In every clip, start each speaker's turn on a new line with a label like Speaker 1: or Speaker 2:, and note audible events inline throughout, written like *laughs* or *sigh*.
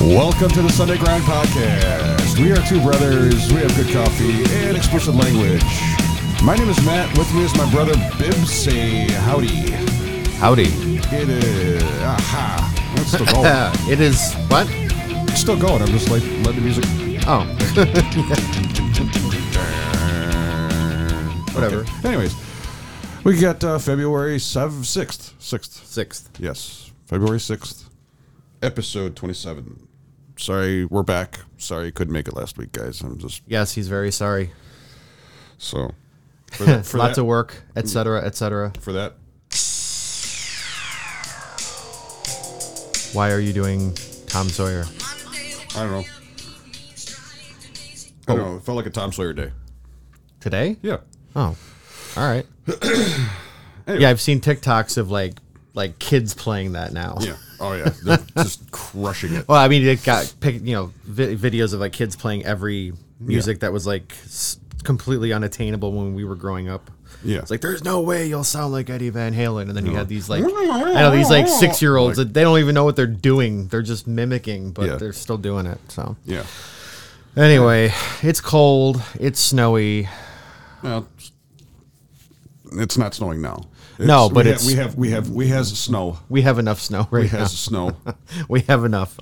Speaker 1: Welcome to the Sunday Grind Podcast. We are two brothers. We have good coffee and explicit language. My name is Matt. With me is my brother Bibbs. Say howdy.
Speaker 2: Howdy.
Speaker 1: It is. Aha. It's still
Speaker 2: *laughs*
Speaker 1: going.
Speaker 2: Uh, it is what?
Speaker 1: It's still going. I'm just like letting the music.
Speaker 2: Oh, whatever.
Speaker 1: Anyways, we got uh, February 7th, 6th. 6th.
Speaker 2: Sixth.
Speaker 1: Yes, February 6th, episode 27. Sorry, we're back. Sorry, couldn't make it last week, guys. I'm just
Speaker 2: Yes, he's very *laughs* sorry.
Speaker 1: so. For
Speaker 2: *laughs*
Speaker 1: that, for
Speaker 2: Lots
Speaker 1: that-
Speaker 2: of work, etc., etc.
Speaker 1: For that.
Speaker 2: Why are you doing Tom Sawyer?
Speaker 1: I don't know. I don't know. It felt like a Tom Sawyer day.
Speaker 2: Today?
Speaker 1: Oh. Yeah.
Speaker 2: Oh, all *clears throat* right. Yeah, I've seen TikToks of like like kids playing that now.
Speaker 1: Yeah. Oh, yeah. *laughs* They're just crushing it.
Speaker 2: Well, I mean, it got pic- you know vi- videos of like kids playing every music that was like s- completely unattainable when we were growing up.
Speaker 1: Yeah.
Speaker 2: It's like there's no way you'll sound like Eddie Van Halen, and then you had
Speaker 1: *laughs*
Speaker 2: these like I know these like six year olds that they don't even know what they're doing. They're just mimicking, but
Speaker 1: Yeah.
Speaker 2: they're still doing it. So
Speaker 1: Yeah.
Speaker 2: anyway, it's cold, it's snowy.
Speaker 1: Well, it's- it's not snowing now. It's,
Speaker 2: No, but
Speaker 1: we
Speaker 2: it's-
Speaker 1: have, we have, we have, we has snow.
Speaker 2: We have enough snow
Speaker 1: We
Speaker 2: right now.
Speaker 1: has
Speaker 2: *laughs*
Speaker 1: snow.
Speaker 2: we have enough.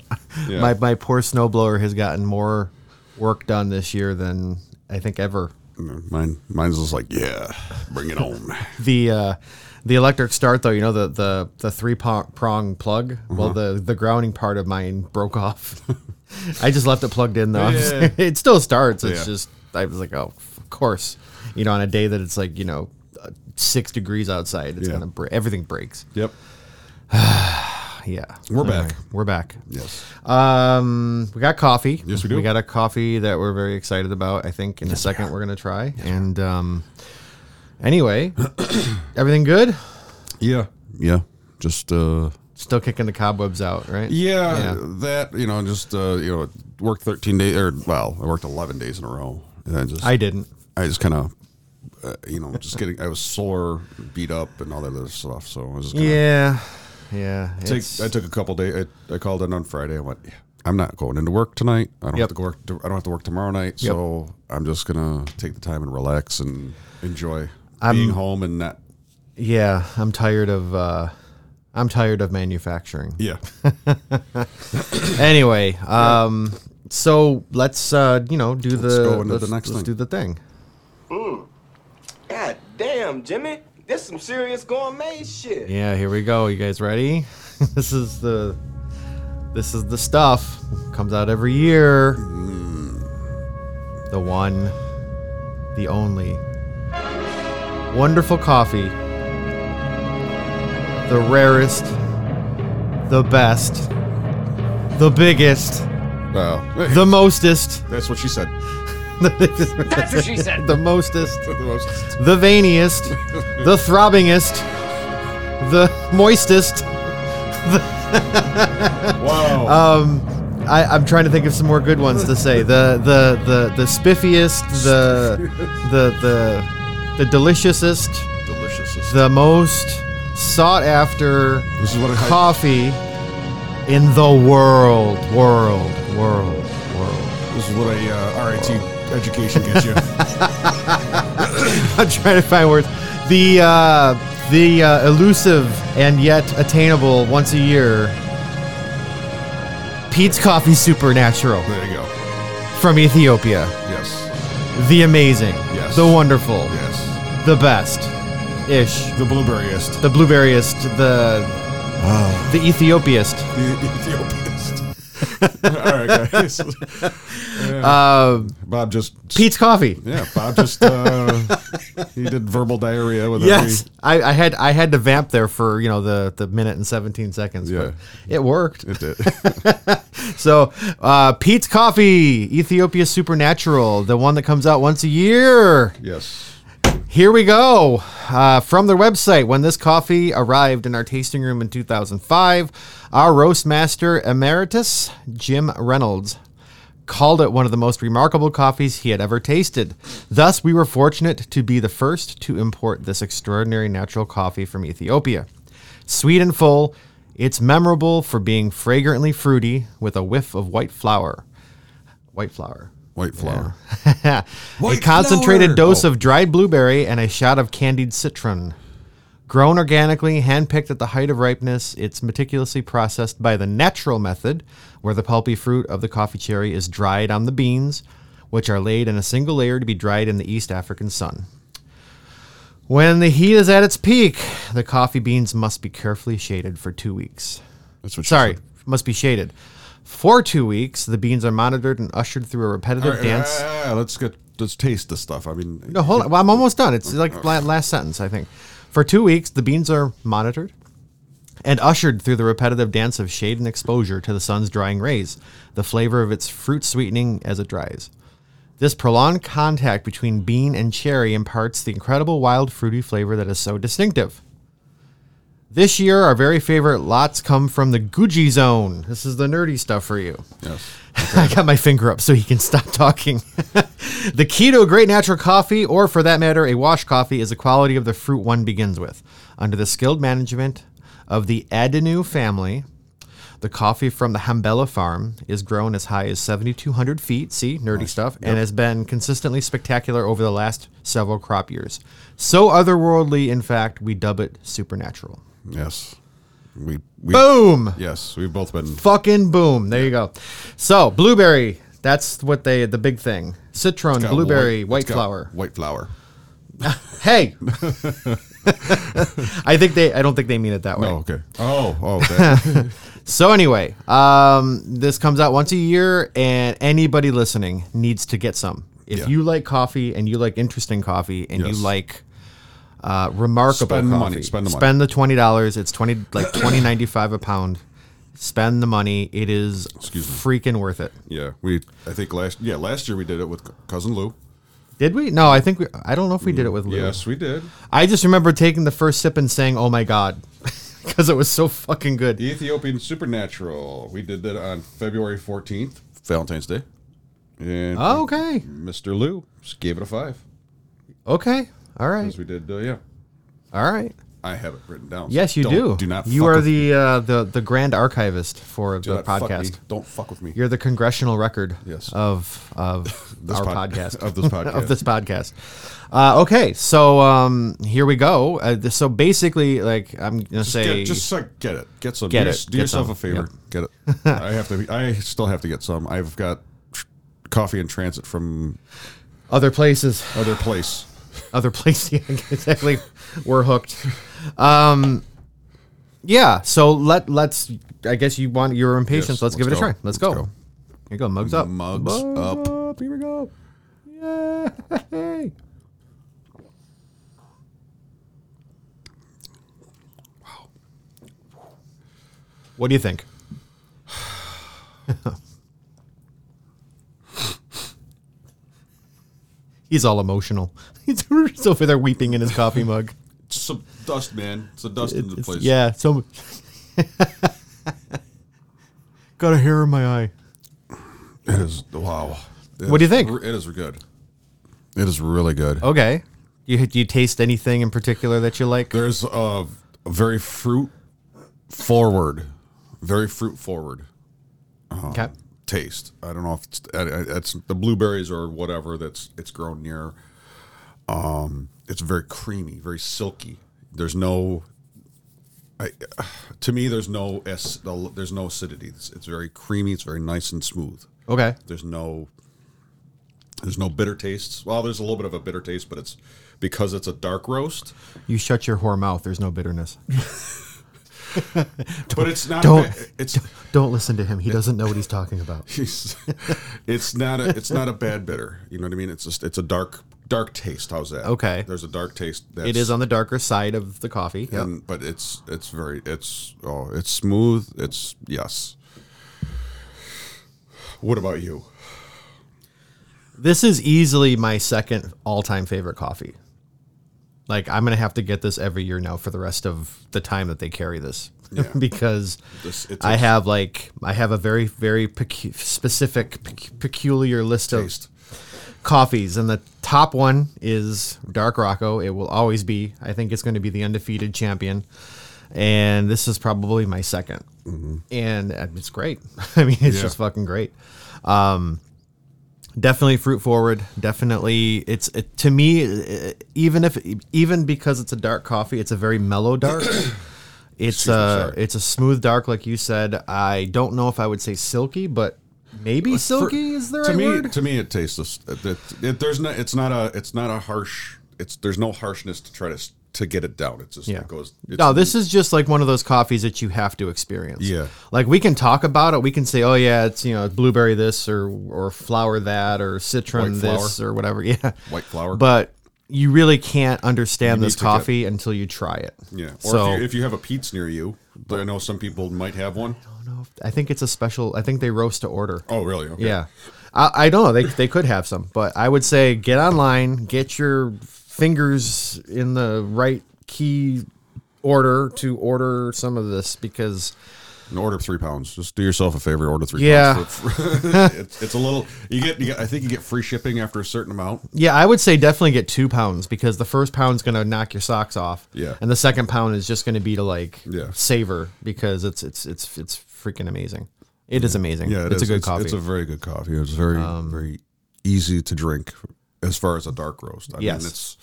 Speaker 1: Yeah.
Speaker 2: My my poor snowblower has gotten more work done this year than I think ever.
Speaker 1: Mine, mine's just like, yeah, bring it on.
Speaker 2: the uh, the electric start though you know the the, the three prong, prong plug well
Speaker 1: Uh-huh.
Speaker 2: the the grounding part of mine broke off *laughs* i just left it plugged in though
Speaker 1: Yeah.
Speaker 2: *laughs* it still starts it's
Speaker 1: Yeah.
Speaker 2: just i was like oh of course you know on a day that it's like you know uh, six degrees outside it's
Speaker 1: Yeah.
Speaker 2: gonna break everything breaks
Speaker 1: Yep.
Speaker 2: yeah
Speaker 1: We're back.
Speaker 2: we're back
Speaker 1: Yes.
Speaker 2: um we got coffee
Speaker 1: Yes, we do.
Speaker 2: we got a coffee that we're very excited about i think in a second we're gonna try and um anyway *coughs* everything good
Speaker 1: Yeah. Yeah. Just uh
Speaker 2: still kicking the cobwebs out, right?
Speaker 1: yeah,
Speaker 2: Yeah.
Speaker 1: that you know, just uh you know, worked 13 days or well, I worked 11 days in a row and I just
Speaker 2: I didn't.
Speaker 1: I just kind of uh, you know, just getting I was sore, beat up and all that other stuff, so I was just kinda
Speaker 2: Yeah, yeah. it's-
Speaker 1: take, I took a couple days I, I called in on Friday. I went, yeah, I'm not going into work tonight. I don't have
Speaker 2: Yep.
Speaker 1: to go work I don't have to work tomorrow night,
Speaker 2: Yep.
Speaker 1: so I'm just going to take the time and relax and enjoy being home and not
Speaker 2: yeah, I'm tired of. Uh, I'm tired of
Speaker 1: *laughs*
Speaker 2: manufacturing. *laughs*
Speaker 1: yeah.
Speaker 2: Anyway, um, so let's uh, you know do the
Speaker 1: go into
Speaker 2: let's,
Speaker 1: the next
Speaker 2: let's
Speaker 1: thing.
Speaker 2: do the thing.
Speaker 3: God damn, Jimmy. This some serious gourmet shit.
Speaker 2: Yeah, here we go. You guys ready? *laughs* this is the this is the stuff comes out every year. The one, the only wonderful coffee. The rarest, the best, the biggest,
Speaker 1: Wow.
Speaker 2: the mostest,
Speaker 1: That's what she said. *laughs*
Speaker 2: *laughs*
Speaker 3: That's what she said.
Speaker 2: the mostest,
Speaker 1: The most-
Speaker 2: the veiniest, the throbbingest, the moistest.
Speaker 1: Wow.
Speaker 2: Uh, I, I'm trying to think of some more good ones to say. The the the the spiffiest, the the the the deliciousest,
Speaker 1: Delicious.
Speaker 2: the most sought after
Speaker 1: This is what I-
Speaker 2: coffee in the world, world, world, world. *laughs*
Speaker 1: This is what a uh, RIT education gets you.
Speaker 2: I'm trying to find words. The uh, the uh, elusive and yet attainable once a year. Pete's Coffee Supernatural
Speaker 1: there you go.
Speaker 2: from Ethiopia.
Speaker 1: Yes.
Speaker 2: the amazing,
Speaker 1: Yes.
Speaker 2: the wonderful,
Speaker 1: Yes.
Speaker 2: the best, ish,
Speaker 1: The blueberryist.
Speaker 2: the blueberryest, the the Ethiopiast.
Speaker 1: The Ethiopianist. All right,
Speaker 2: *laughs*
Speaker 1: guys.
Speaker 2: Uh,
Speaker 1: Bob just.
Speaker 2: Pete's coffee.
Speaker 1: Yeah, Bob just. Uh, he did verbal diarrhea with *laughs*
Speaker 2: Yes, I, I had I had to vamp there for you know the the minute and seventeen seconds.
Speaker 1: Yeah.
Speaker 2: but it worked.
Speaker 1: every.
Speaker 2: So uh, Pete's coffee, Ethiopia Supernatural, the one that comes out once a year.
Speaker 1: Yes.
Speaker 2: Here we go. Uh, from their website, when this coffee arrived in our tasting room in 2005, our roast master emeritus, Jim Reynolds, called it one of the most remarkable coffees he had ever tasted. Thus, we were fortunate to be the first to import this extraordinary natural coffee from Ethiopia. Sweet and full, It's memorable for being fragrantly fruity with a whiff of white flour. White flour.
Speaker 1: White flour.
Speaker 2: *laughs* a
Speaker 1: White
Speaker 2: concentrated
Speaker 1: flour!
Speaker 2: dose
Speaker 1: Oh.
Speaker 2: of dried blueberry and a shot of candied citron. Grown organically, handpicked at the height of ripeness, it's meticulously processed by the natural method, where the pulpy fruit of the coffee cherry is dried on the beans, which are laid in a single layer to be dried in the East African sun. When the heat is at its peak, the coffee beans must be carefully shaded for two weeks.
Speaker 1: That's what she
Speaker 2: Sorry,
Speaker 1: said.
Speaker 2: must be shaded. For two weeks, the beans are monitored and ushered through a repetitive
Speaker 1: All right,
Speaker 2: dance.
Speaker 1: ah, let's get let's taste this stuff. I mean,
Speaker 2: No, hold on. Well, I'm almost done. It's like la- last sentence, I think. For two weeks, the beans are monitored and ushered through the repetitive dance of shade and exposure to the sun's drying rays, the flavor of its fruit sweetening as it dries. This prolonged contact between bean and cherry imparts the incredible wild fruity flavor that is so distinctive. This year, our very favorite lots come from the Guji Zone. This is the nerdy stuff for you.
Speaker 1: yes.
Speaker 2: *laughs* I got my finger up so he can stop talking. *laughs* the key to a great natural coffee, or for that matter, a wash coffee, is the quality of the fruit one begins with. Under the skilled management of the Adenu family, the coffee from the Hambella farm is grown as high as 7,200 feet. See, nerdy stuff, and has been consistently spectacular over the last several crop years. So otherworldly, in fact, we dub it supernatural.
Speaker 1: Yes. We, we
Speaker 2: Boom!
Speaker 1: Yes, we've both been
Speaker 2: fucking boom. There you go. So blueberry, that's what they the big thing. Citron,
Speaker 1: got
Speaker 2: blueberry,
Speaker 1: it's
Speaker 2: white
Speaker 1: got
Speaker 2: flower.
Speaker 1: White flower. *laughs*
Speaker 2: Hey, I think they. I don't think they mean it that way.
Speaker 1: Oh, okay. Oh,
Speaker 2: *laughs*
Speaker 1: oh. that-
Speaker 2: So anyway, um, this comes out once a year, and anybody listening needs to get some. If
Speaker 1: Yeah.
Speaker 2: you like coffee and you like interesting coffee and
Speaker 1: Yes.
Speaker 2: you like uh, remarkable
Speaker 1: Spend the
Speaker 2: coffee,
Speaker 1: money, spend the money.
Speaker 2: spend the twenty dollars. It's twenty like twenty ninety five a pound. Spend the money. It is
Speaker 1: me.
Speaker 2: freaking worth it.
Speaker 1: yeah, we. I think last. Yeah, last year we did it with cousin Lou.
Speaker 2: Did we? No, I think we. I don't know if we did it with Lou.
Speaker 1: Yes, we did.
Speaker 2: I just remember taking the first sip and saying, "Oh my god," *laughs* because it was so fucking good.
Speaker 1: Ethiopian Supernatural. We did that on February fourteenth, Valentine's Day. And
Speaker 2: Oh, okay.
Speaker 1: Mr. Lou just gave it a five
Speaker 2: Okay. All right.
Speaker 1: because we did. Uh, yeah,
Speaker 2: All right.
Speaker 1: I have it written down. so
Speaker 2: Yes, you
Speaker 1: don't-
Speaker 2: do.
Speaker 1: Do not.
Speaker 2: You
Speaker 1: fuck
Speaker 2: are *laughs*
Speaker 1: with-
Speaker 2: the uh, the the grand archivist for
Speaker 1: do
Speaker 2: the
Speaker 1: not fuck me.
Speaker 2: podcast.
Speaker 1: Don't fuck with me.
Speaker 2: You're the congressional record
Speaker 1: Yes.
Speaker 2: of of
Speaker 1: *laughs* This
Speaker 2: our
Speaker 1: pod-
Speaker 2: podcast
Speaker 1: of this podcast.
Speaker 2: *laughs* of this podcast. Uh, okay, so um, here we go. Uh, th- so basically, like I'm gonna
Speaker 1: Just
Speaker 2: say,
Speaker 1: get, just uh, get it. Get some.
Speaker 2: Get
Speaker 1: do
Speaker 2: it.
Speaker 1: your- do
Speaker 2: Get
Speaker 1: yourself
Speaker 2: some.
Speaker 1: a favor. Get
Speaker 2: *laughs*
Speaker 1: it. I have to. Be, I still have to get some. I've got tr- coffee in transit from
Speaker 2: other places.
Speaker 1: other place.
Speaker 2: other *laughs* place. Yeah, exactly. We're hooked. Um, yeah. So let let's. I guess you want your impatience.
Speaker 1: Yes,
Speaker 2: let's, give it
Speaker 1: let's
Speaker 2: a
Speaker 1: go.
Speaker 2: try. Let's,
Speaker 1: Let's
Speaker 2: go.
Speaker 1: go.
Speaker 2: Here you go. Mugs up.
Speaker 1: Mugs up.
Speaker 2: Uh, Here we go. Yay. What do you think? *laughs* He's all emotional. *laughs* He's over there weeping in his
Speaker 1: *laughs*
Speaker 2: coffee mug.
Speaker 1: It's some dust, man. It's a dust in the
Speaker 2: It's-
Speaker 1: place.
Speaker 2: Yeah, so *laughs* got a hair in my eye.
Speaker 1: It is. Wow. It
Speaker 2: What do
Speaker 1: is
Speaker 2: you think? Oh.
Speaker 1: re- It is good. It is really good.
Speaker 2: Okay. You do you taste anything in particular that you like?
Speaker 1: There's a, a very fruit forward, very fruit forward
Speaker 2: Okay.
Speaker 1: taste. I don't know if it's, I- I- it's the blueberries or whatever that's it's grown near. Um, it's very creamy, very silky. There's no, I, to me, there's no ac- there's no acidity. It's, it's very creamy. It's very nice and smooth.
Speaker 2: Okay.
Speaker 1: There's no there's no bitter tastes. Well, there's a little bit of a bitter taste, but it's because it's a dark roast.
Speaker 2: You shut your whore mouth. There's no bitterness.
Speaker 1: but it's not.
Speaker 2: don't-
Speaker 1: ba- It's *laughs*
Speaker 2: Don't listen to him. He doesn't know what he's talking about.
Speaker 1: it's, it's not a it's not a bad bitter. You know what I mean? It's just it's a dark dark taste. How's that?
Speaker 2: Okay.
Speaker 1: There's a dark taste. That's,
Speaker 2: It is on the darker side of the coffee. Yep.
Speaker 1: and, but it's it's very it's oh it's smooth. It's yes. What about you?
Speaker 2: This is easily my second all-time favorite coffee. Like I'm going to have to get this every year now for the rest of the time that they carry this
Speaker 1: Yeah.
Speaker 2: *laughs* because
Speaker 1: This it's
Speaker 2: I
Speaker 1: a
Speaker 2: have like I have a very very pecu- specific pec- peculiar list
Speaker 1: taste.
Speaker 2: of coffees, and the top one is Dark Rocco. It will always be. I think it's going to be the undefeated champion. and this is probably my 2nd and uh, it's great. *laughs* I mean, it's
Speaker 1: Mm-hmm. Yeah.
Speaker 2: just fucking great. Um, definitely fruit forward. Definitely, it's it, to me, uh, even if even because it's a dark coffee, it's a very mellow
Speaker 1: *coughs*
Speaker 2: dark. It's
Speaker 1: me,
Speaker 2: a
Speaker 1: sorry.
Speaker 2: it's a smooth dark, like you said. I don't know if I would say silky, but maybe silky
Speaker 1: Uh, For-
Speaker 2: is the
Speaker 1: to
Speaker 2: right
Speaker 1: me,
Speaker 2: word.
Speaker 1: To me, it tastes. It, it- it- there's no. It's not a. It's not a harsh. It's there's no harshness to try to s- to get it down. It's just
Speaker 2: Yeah.
Speaker 1: it goes. It's,
Speaker 2: No, this is just like one of those coffees that you have to experience.
Speaker 1: Yeah.
Speaker 2: Like we can talk about it. We can say, oh yeah, it's you know blueberry this or or flower that or citron
Speaker 1: White
Speaker 2: this or whatever. *laughs* Yeah.
Speaker 1: White flower.
Speaker 2: But you really can't understand this
Speaker 1: need to get-
Speaker 2: coffee until you try it.
Speaker 1: yeah. Or
Speaker 2: so
Speaker 1: if, you, if you have a Pete's near you, but I know some people might have one.
Speaker 2: I don't know if- I think it's a special. I think they roast to order.
Speaker 1: Oh, really? Okay.
Speaker 2: Yeah. I, I don't know. They, they could have some, but I would say get online, get your fingers in the right key order to order some of this because
Speaker 1: And order three pounds. Just do yourself a favor. Order three.
Speaker 2: Yeah. *laughs*
Speaker 1: Pounds for- for- it's, it's a little. You get, you get. I think you get free shipping after a certain amount.
Speaker 2: Yeah, I would say definitely get two pounds because the first pound's gonna knock your socks off.
Speaker 1: Yeah.
Speaker 2: And the second pound is just gonna be to like
Speaker 1: Yeah.
Speaker 2: savor because it's it's it's it's freaking amazing. It is amazing.
Speaker 1: Yeah. it
Speaker 2: it's a
Speaker 1: is.
Speaker 2: good coffee. Um,
Speaker 1: It's a very good coffee. It's very very easy to drink as far as a dark roast. I
Speaker 2: Yes.
Speaker 1: Mean, it's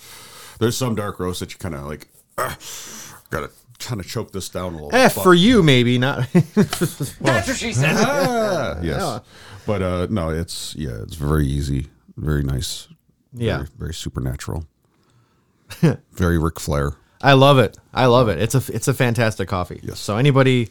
Speaker 1: there's some dark roast that you kind of like. "Ah, gotta kind of choke this down a little.
Speaker 2: *laughs* eh,
Speaker 1: but-
Speaker 2: for you maybe not. *laughs*
Speaker 3: That's what she said.
Speaker 1: Ah, yes. But uh, no, it's yeah, it's very easy, very nice.
Speaker 2: Yeah.
Speaker 1: Very, very
Speaker 2: *laughs*
Speaker 1: supernatural. very Ric Flair.
Speaker 2: I love it. I love it. It's a it's a fantastic coffee.
Speaker 1: Yes.
Speaker 2: So anybody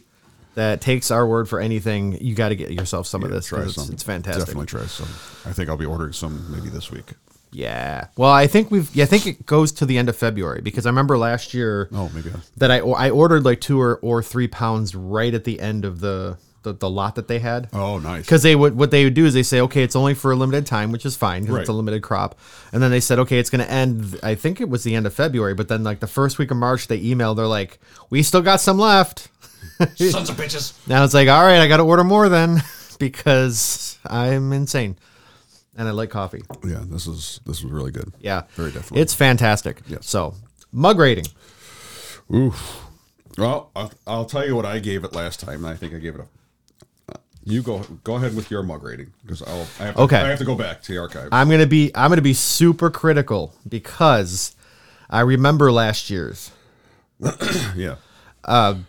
Speaker 2: that takes our word for anything, you got to get yourself some of this. 'cause it's,
Speaker 1: some.
Speaker 2: it's fantastic.
Speaker 1: Definitely try some. I think I'll be ordering some maybe this week.
Speaker 2: Yeah. Well, I think we've. Yeah, I think it goes to the end of February because I remember last year.
Speaker 1: Oh, maybe. I,
Speaker 2: that I I ordered like two or, or three pounds right at the end of the the, the lot that they had.
Speaker 1: oh, nice.
Speaker 2: Because they would, what they would do is they say, okay, it's only for a limited time, which is fine because it's a
Speaker 1: Right.
Speaker 2: limited crop. And then they said, okay, it's going to end. I think it was the end of February, but then like the first week of March, they emailed. They're like, we still got some left. *laughs*
Speaker 3: Sons of bitches.
Speaker 2: Now it's like, all right, I got to order more then *laughs* because I'm insane, and I like coffee.
Speaker 1: yeah, this is this was really good.
Speaker 2: Yeah,
Speaker 1: Very definitely.
Speaker 2: It's fantastic.
Speaker 1: Yes.
Speaker 2: So mug rating.
Speaker 1: Oof. Well, I'll, I'll tell you what I gave it last time, and I think I gave it a. uh, You go go ahead with your mug rating because I'll I have to,
Speaker 2: Okay.
Speaker 1: I have to go back to the archive.
Speaker 2: I'm gonna be I'm gonna be super critical because I remember last year's
Speaker 1: yeah,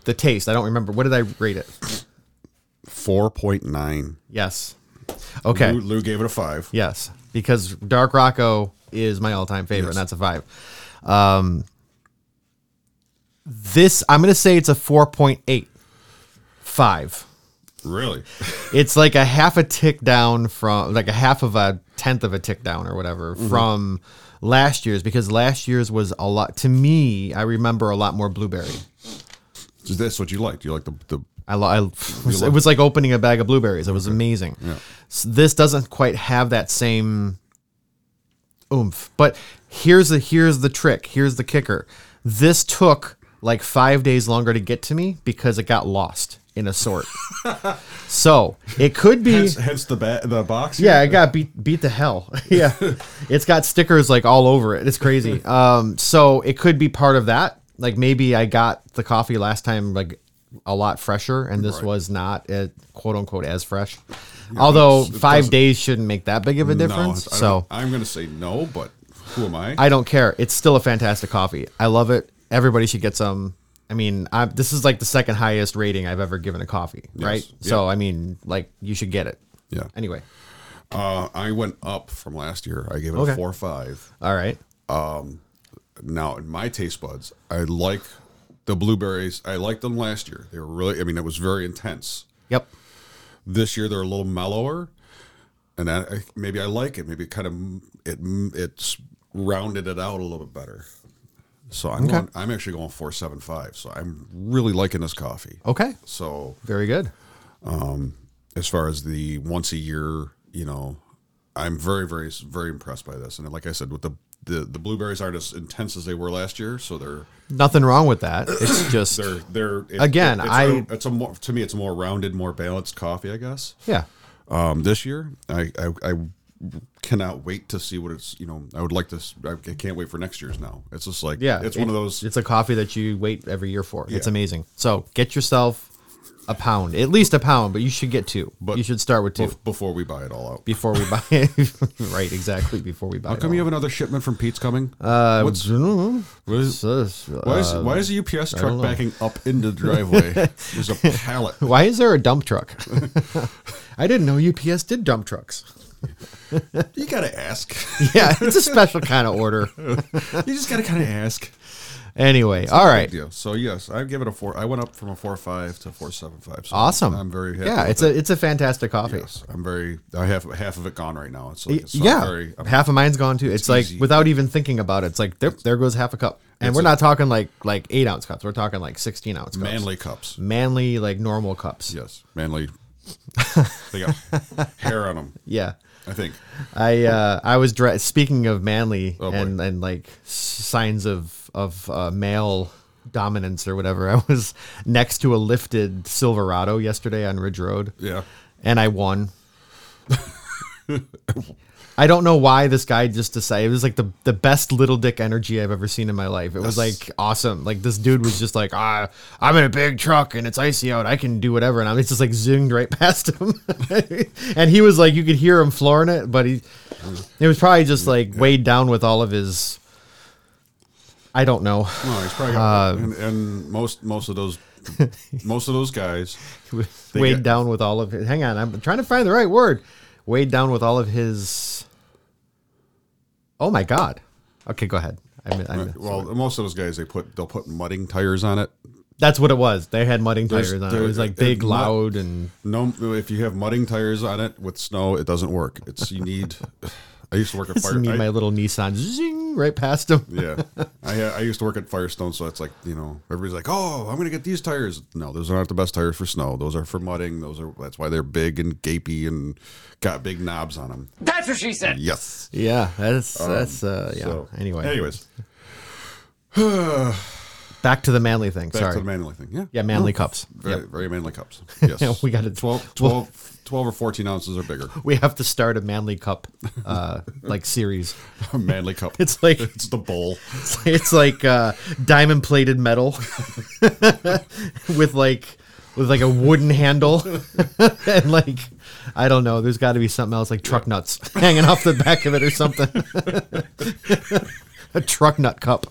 Speaker 2: the taste. I don't remember what did I rate it.
Speaker 1: four point nine.
Speaker 2: Yes. Okay.
Speaker 1: Lou, Lou gave it a five.
Speaker 2: Yes, because Dark Rocco is my all-time favorite, and that's a five. Um, this I'm gonna say it's a four point eight five.
Speaker 1: Really?
Speaker 2: It's like a half a tick down from like a half of a tenth of a tick down or whatever from last year's because last year's was a lot to me. I remember a lot more blueberry.
Speaker 1: So that's what you liked. You like the
Speaker 2: *laughs*
Speaker 1: the
Speaker 2: I, lo- I it was like opening a bag of blueberries. It was amazing. S- this doesn't quite have that same oomph. But here's the here's the trick. Here's the kicker. This took like five days longer to get to me because it got lost in a sort. so it could be.
Speaker 1: hence, hence the ba- the box.
Speaker 2: Yeah, it got beat beat the hell. *laughs* yeah, it's got stickers like all over it.
Speaker 1: *laughs*
Speaker 2: It's crazy. Um, so it could be part of that. Like maybe I got the coffee last time like a lot fresher, and this was not uh quote unquote as fresh. Although
Speaker 1: it's- it
Speaker 2: five
Speaker 1: doesn't-
Speaker 2: days shouldn't make that big of a
Speaker 1: No,
Speaker 2: difference.
Speaker 1: I don't-
Speaker 2: so
Speaker 1: I'm gonna say no, but who am I?
Speaker 2: I don't care. It's still a fantastic coffee. I love it. Everybody should get some. I mean, I, this is like the second highest rating I've ever given a coffee, right?
Speaker 1: Yeah.
Speaker 2: So I mean, like you should get it.
Speaker 1: yeah.
Speaker 2: Anyway,
Speaker 1: Uh, I went up from last year. I gave it
Speaker 2: Okay.
Speaker 1: a four five.
Speaker 2: all right.
Speaker 1: Now in my taste buds, I like the blueberries. I liked them last year. They were really. I mean, it was very intense.
Speaker 2: Yep.
Speaker 1: This year they're a little mellower, and I, I, maybe I like it. Maybe it kind of it it's rounded it out a little bit better. So I'm going, I'm actually going four seven five. So I'm really liking this coffee.
Speaker 2: Okay.
Speaker 1: So
Speaker 2: Very good.
Speaker 1: as far as the once a year, you know, I'm very, very, very impressed by this. And like I said, with the the, the blueberries aren't as intense as they were last year, so they're
Speaker 2: Nothing wrong
Speaker 1: *coughs*
Speaker 2: with that. It's just
Speaker 1: they're they're it-
Speaker 2: Again,
Speaker 1: It's
Speaker 2: I-
Speaker 1: a, it's a more to me, it's a more rounded, more balanced coffee, I guess.
Speaker 2: yeah.
Speaker 1: Um, this year, I I, I cannot wait to see what it's. You know, I would like this. I can't wait for next year's now. It's just like
Speaker 2: Yeah,
Speaker 1: it's
Speaker 2: it-
Speaker 1: one of those.
Speaker 2: It's a coffee that you wait every year for. It's
Speaker 1: Yeah.
Speaker 2: amazing. So get yourself a pound, at least a pound, but you should get two.
Speaker 1: But-
Speaker 2: you should start with two
Speaker 1: bef- before we buy it all out.
Speaker 2: before we buy it. *laughs* right, exactly. Before we buy.
Speaker 1: How come you have another shipment from Pete's coming?
Speaker 2: Uh, um,
Speaker 1: What's, what is, why is why is a UPS
Speaker 2: don't
Speaker 1: truck
Speaker 2: know.
Speaker 1: backing up into the
Speaker 2: *laughs*
Speaker 1: driveway? There's a pallet.
Speaker 2: why is there a
Speaker 1: *laughs*
Speaker 2: dump truck? *laughs* I didn't know UPS did dump trucks.
Speaker 1: You gotta
Speaker 2: *laughs*
Speaker 1: ask.
Speaker 2: Yeah, it's a special kind of order.
Speaker 1: you just gotta kind of ask.
Speaker 2: Anyway, all right.
Speaker 1: Yeah. So yes, I give it a four. I went up from a four five to four seven five. So
Speaker 2: Awesome.
Speaker 1: I'm very happy.
Speaker 2: Yeah,
Speaker 1: with
Speaker 2: it's
Speaker 1: it.
Speaker 2: a it's a fantastic coffee.
Speaker 1: Yes, I'm very. I have half of it gone right now. It's like, so I'm
Speaker 2: yeah,
Speaker 1: very- um, I'm-
Speaker 2: half of mine's gone too. It's, like
Speaker 1: easy.
Speaker 2: without even thinking about it, it's like there, there goes half a cup, and
Speaker 1: It's
Speaker 2: we're
Speaker 1: a-
Speaker 2: not talking like like eight ounce cups. We're talking like sixteen ounce cups.
Speaker 1: manly cups.
Speaker 2: manly, like normal cups. Yeah,
Speaker 1: Yes, manly. they
Speaker 2: *laughs*
Speaker 1: got hair on them. I think.
Speaker 2: I uh, I was dre- speaking of manly
Speaker 1: Oh, boy.
Speaker 2: and and like s- signs of of uh, male dominance or whatever. *laughs* I was next to a lifted Silverado yesterday on Ridge Road.
Speaker 1: Yeah.
Speaker 2: and I won. I don't know why this guy just decided it was like the, the best little dick energy I've ever seen in my life. It was
Speaker 1: That's-
Speaker 2: like awesome. Like this dude was just like, ah, I'm in a big truck and it's icy out. I can do whatever. And I'm it's just like zoomed right *laughs* past him. and he was like, you could hear him flooring it, but he, it was probably just like weighed down with all of his, I don't know.
Speaker 1: No, he's probably got,
Speaker 2: Uh,
Speaker 1: and, and most most of those most of those guys. They
Speaker 2: weighed
Speaker 1: got-
Speaker 2: down with all of his. Hang on, I'm trying to find the right word. Weighed down with all of his. Oh my god. Okay, go ahead. I, mi- I, mi-
Speaker 1: uh, Well, most of those guys they put they'll put mudding tires on it.
Speaker 2: that's what it was. They had mudding
Speaker 1: There's-
Speaker 2: tires on. It
Speaker 1: there-
Speaker 2: was like
Speaker 1: it-
Speaker 2: big,
Speaker 1: it mu-
Speaker 2: loud, and
Speaker 1: No, if you have mudding tires on it with snow, it doesn't work. It's you need. *sighs* I used to work at
Speaker 2: this is
Speaker 1: fire.
Speaker 2: me,
Speaker 1: I-
Speaker 2: my little Nissan, zing right past him.
Speaker 1: yeah, I uh, I used to work at Firestone, so it's like you know everybody's like, oh, I'm gonna get these tires. No, those are not the best tires for snow. Those are for mudding. Those are that's why they're big and gapey and got big knobs on them.
Speaker 3: That's what she said.
Speaker 1: Yes.
Speaker 2: *laughs* Yeah, that's that's uh, yeah.
Speaker 1: Um, So,
Speaker 2: anyway,
Speaker 1: anyways,
Speaker 2: back to the manly thing.
Speaker 1: back
Speaker 2: Sorry.
Speaker 1: to the manly thing. Yeah.
Speaker 2: yeah, manly cups.
Speaker 1: Very, very manly
Speaker 2: *laughs*
Speaker 1: cups. Yes.
Speaker 2: We gotta- *laughs*
Speaker 1: 12, 12, 12 or 14 ounces or bigger.
Speaker 2: We have to start a manly cup
Speaker 1: *laughs*
Speaker 2: uh, like series.
Speaker 1: A manly cup.
Speaker 2: It's
Speaker 1: *laughs*
Speaker 2: like
Speaker 1: it's the bowl.
Speaker 2: *laughs* It's like uh, diamond plated metal *laughs* with like with like a wooden handle *laughs* and like I don't know. There's got to be something else like truck nuts *laughs* hanging off the back of it or something. *laughs* a truck nut cup.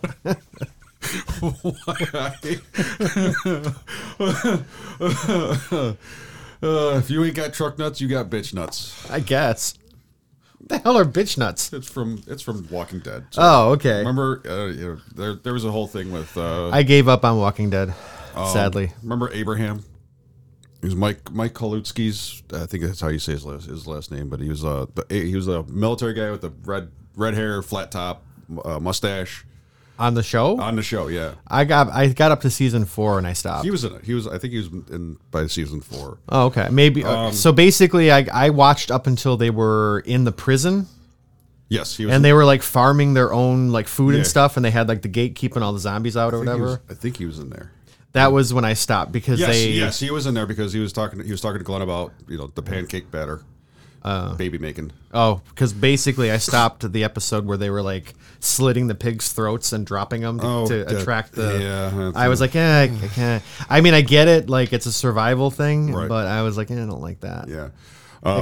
Speaker 1: Uh, if you ain't got truck nuts, you got bitch nuts.
Speaker 2: I guess. What the hell are bitch nuts?
Speaker 1: It's from it's from Walking Dead. So
Speaker 2: Oh, okay.
Speaker 1: Remember, uh, you know, there there was a whole thing with. Uh,
Speaker 2: I gave up on Walking Dead. sadly,
Speaker 1: remember Abraham? He was Mike Mike Kalutsky's. I think that's how you say his last his last name. But he was a he was a military guy with the red red hair, flat top, uh, mustache
Speaker 2: on the show,
Speaker 1: on the show. Yeah,
Speaker 2: I got I got up to season four and I stopped.
Speaker 1: he was in it. He was. I think he was in by season four.
Speaker 2: Oh, okay. Maybe. okay. So basically, I, I watched up until they were in the prison
Speaker 1: Yes, he was.
Speaker 2: and
Speaker 1: in-
Speaker 2: they were like farming their own like food
Speaker 1: Yeah.
Speaker 2: and stuff, and they had like the gate keeping all the zombies out or
Speaker 1: I think he was-
Speaker 2: whatever.
Speaker 1: I think he was in there.
Speaker 2: That was when I stopped because
Speaker 1: Yes,
Speaker 2: they.
Speaker 1: yes, he was in there because he was talking. He was talking to Glenn about you know the pancake batter, baby making.
Speaker 2: Oh, because basically I stopped at the episode where they were like slitting the pigs' throats and dropping them to,
Speaker 1: Oh,
Speaker 2: to
Speaker 1: that-
Speaker 2: attract the.
Speaker 1: yeah, that's-
Speaker 2: I was like, eh, I, I can't. I mean, I get it. Like it's a survival thing,
Speaker 1: Right. Um,
Speaker 2: but I was like, eh, I don't like that.
Speaker 1: Yeah,
Speaker 2: It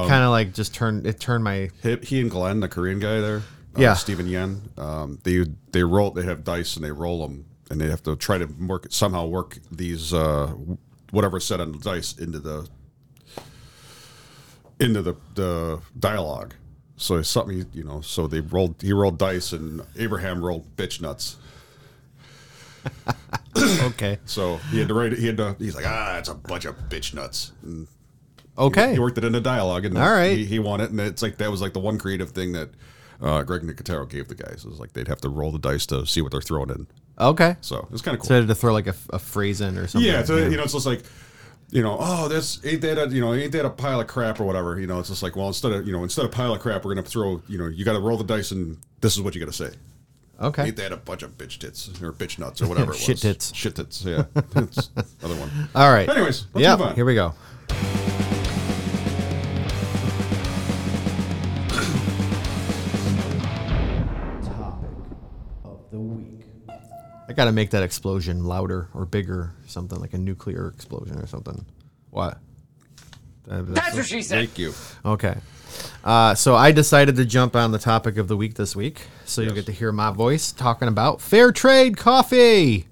Speaker 2: kind of like just turned. It turned my.
Speaker 1: he, he and Glenn, the Korean guy there,
Speaker 2: Yeah.
Speaker 1: uh, Stephen Yen. Um, they they roll. They have dice and they roll them, and they have to try to work somehow work these uh, whatever set on the dice into the into the, the dialogue. So it's something you know. So they rolled. He rolled dice, and Abraham rolled bitch nuts.
Speaker 2: Okay.
Speaker 1: So he had to write. He had to. He's like, ah, it's a bunch of bitch nuts. And
Speaker 2: Okay.
Speaker 1: He worked it into dialogue, and
Speaker 2: All right.
Speaker 1: he, he won it. And it's like that was like the one creative thing that uh, Greg Nicotero gave the guys. It was like they'd have to roll the dice to see what they're throwing in.
Speaker 2: Okay. So,
Speaker 1: So it's kind of cool.
Speaker 2: I had to throw like a, a phrase in or something.
Speaker 1: yeah, so you know, it's just like. You know, oh, that's ain't that a you know ain't that a pile of crap or whatever? You know, it's just like, well, instead of you know instead of pile of crap, we're gonna throw you know you got to roll the dice and this is what you got to say.
Speaker 2: Okay.
Speaker 1: Ain't that a bunch of bitch tits or bitch nuts or whatever? it
Speaker 2: Shit
Speaker 1: was.
Speaker 2: tits.
Speaker 1: shit tits. Yeah, *laughs* that's another
Speaker 2: *laughs*
Speaker 1: one.
Speaker 2: All right.
Speaker 1: Anyways, let's
Speaker 2: yeah.
Speaker 1: move on.
Speaker 2: Here we go. I gotta make that explosion louder or bigger, something like a nuclear explosion or something. What?
Speaker 4: That's what she said.
Speaker 1: Thank you.
Speaker 2: Okay. Uh, so I decided to jump on the topic of the week this week. So you'll get to hear my voice talking about fair trade coffee.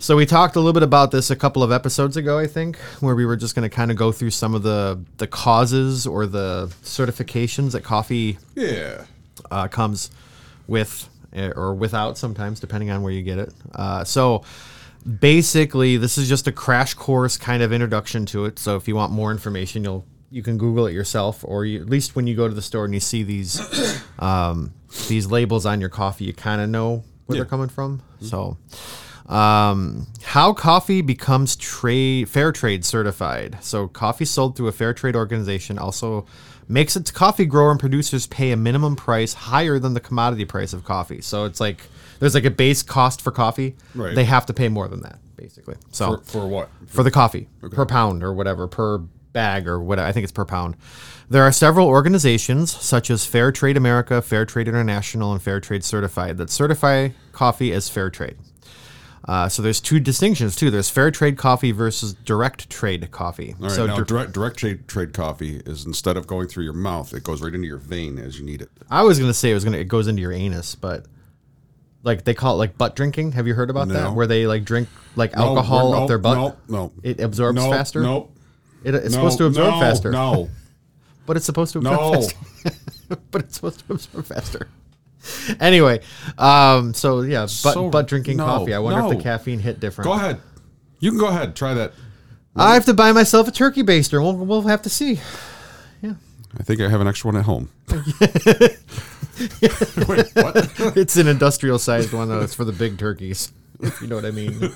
Speaker 2: So we talked a little bit about this a couple of episodes ago, I think, where we were just going to kind of go through some of the the causes or the certifications that coffee
Speaker 1: Yeah.
Speaker 2: uh, comes with eh, or without sometimes, depending on where you get it. Uh, so basically, this is just a crash course kind of introduction to it. So if you want more information, you'll you can Google it yourself, or you, at least when you go to the store and you see these *coughs* um, these labels on your coffee, you kind of know where they're coming from. So. Um, how coffee becomes trade fair trade certified. So coffee sold through a fair trade organization also makes its coffee grower and producers pay a minimum price higher than the commodity price of coffee. So it's like there's like a base cost for coffee.
Speaker 1: Right.
Speaker 2: They have to pay more than that, basically. So
Speaker 1: For, for what?
Speaker 2: for the coffee per pound or whatever per bag or what I think it's per pound. There are several organizations such as Fair Trade America, Fair Trade International, and Fair Trade Certified that certify coffee as fair trade. Uh, so there's two distinctions too. There's fair trade coffee versus direct trade coffee.
Speaker 1: All right,
Speaker 2: so
Speaker 1: now
Speaker 2: dir-
Speaker 1: direct direct trade, trade coffee is instead of going through your mouth, it goes right into your vein as you need it.
Speaker 2: I was gonna say it was gonna it goes into your anus, but like they call it like butt drinking. Have you heard about
Speaker 1: No.
Speaker 2: that? Where they like drink like alcohol
Speaker 1: no,
Speaker 2: up their butt.
Speaker 1: No, no,
Speaker 2: Oh, It absorbs
Speaker 1: no,
Speaker 2: faster?
Speaker 1: No,
Speaker 2: It, it's
Speaker 1: no,
Speaker 2: supposed to absorb
Speaker 1: no,
Speaker 2: faster. *laughs*
Speaker 1: No,
Speaker 2: But it's supposed to absorb
Speaker 1: no.
Speaker 2: faster. *laughs* but it's supposed to absorb faster. anyway, um, so yeah, butt,
Speaker 1: So-
Speaker 2: butt drinking
Speaker 1: no,
Speaker 2: coffee. I wonder if
Speaker 1: no.
Speaker 2: the caffeine hit different.
Speaker 1: go ahead. You can go ahead. Try that.
Speaker 2: I have to buy myself a turkey baster. We'll, we'll have to see.
Speaker 1: I think I have an extra one at *laughs*
Speaker 2: *laughs*
Speaker 1: home. Wait, what?
Speaker 2: *laughs* It's an industrial sized one, though. It's for the big turkeys. If you know what I mean.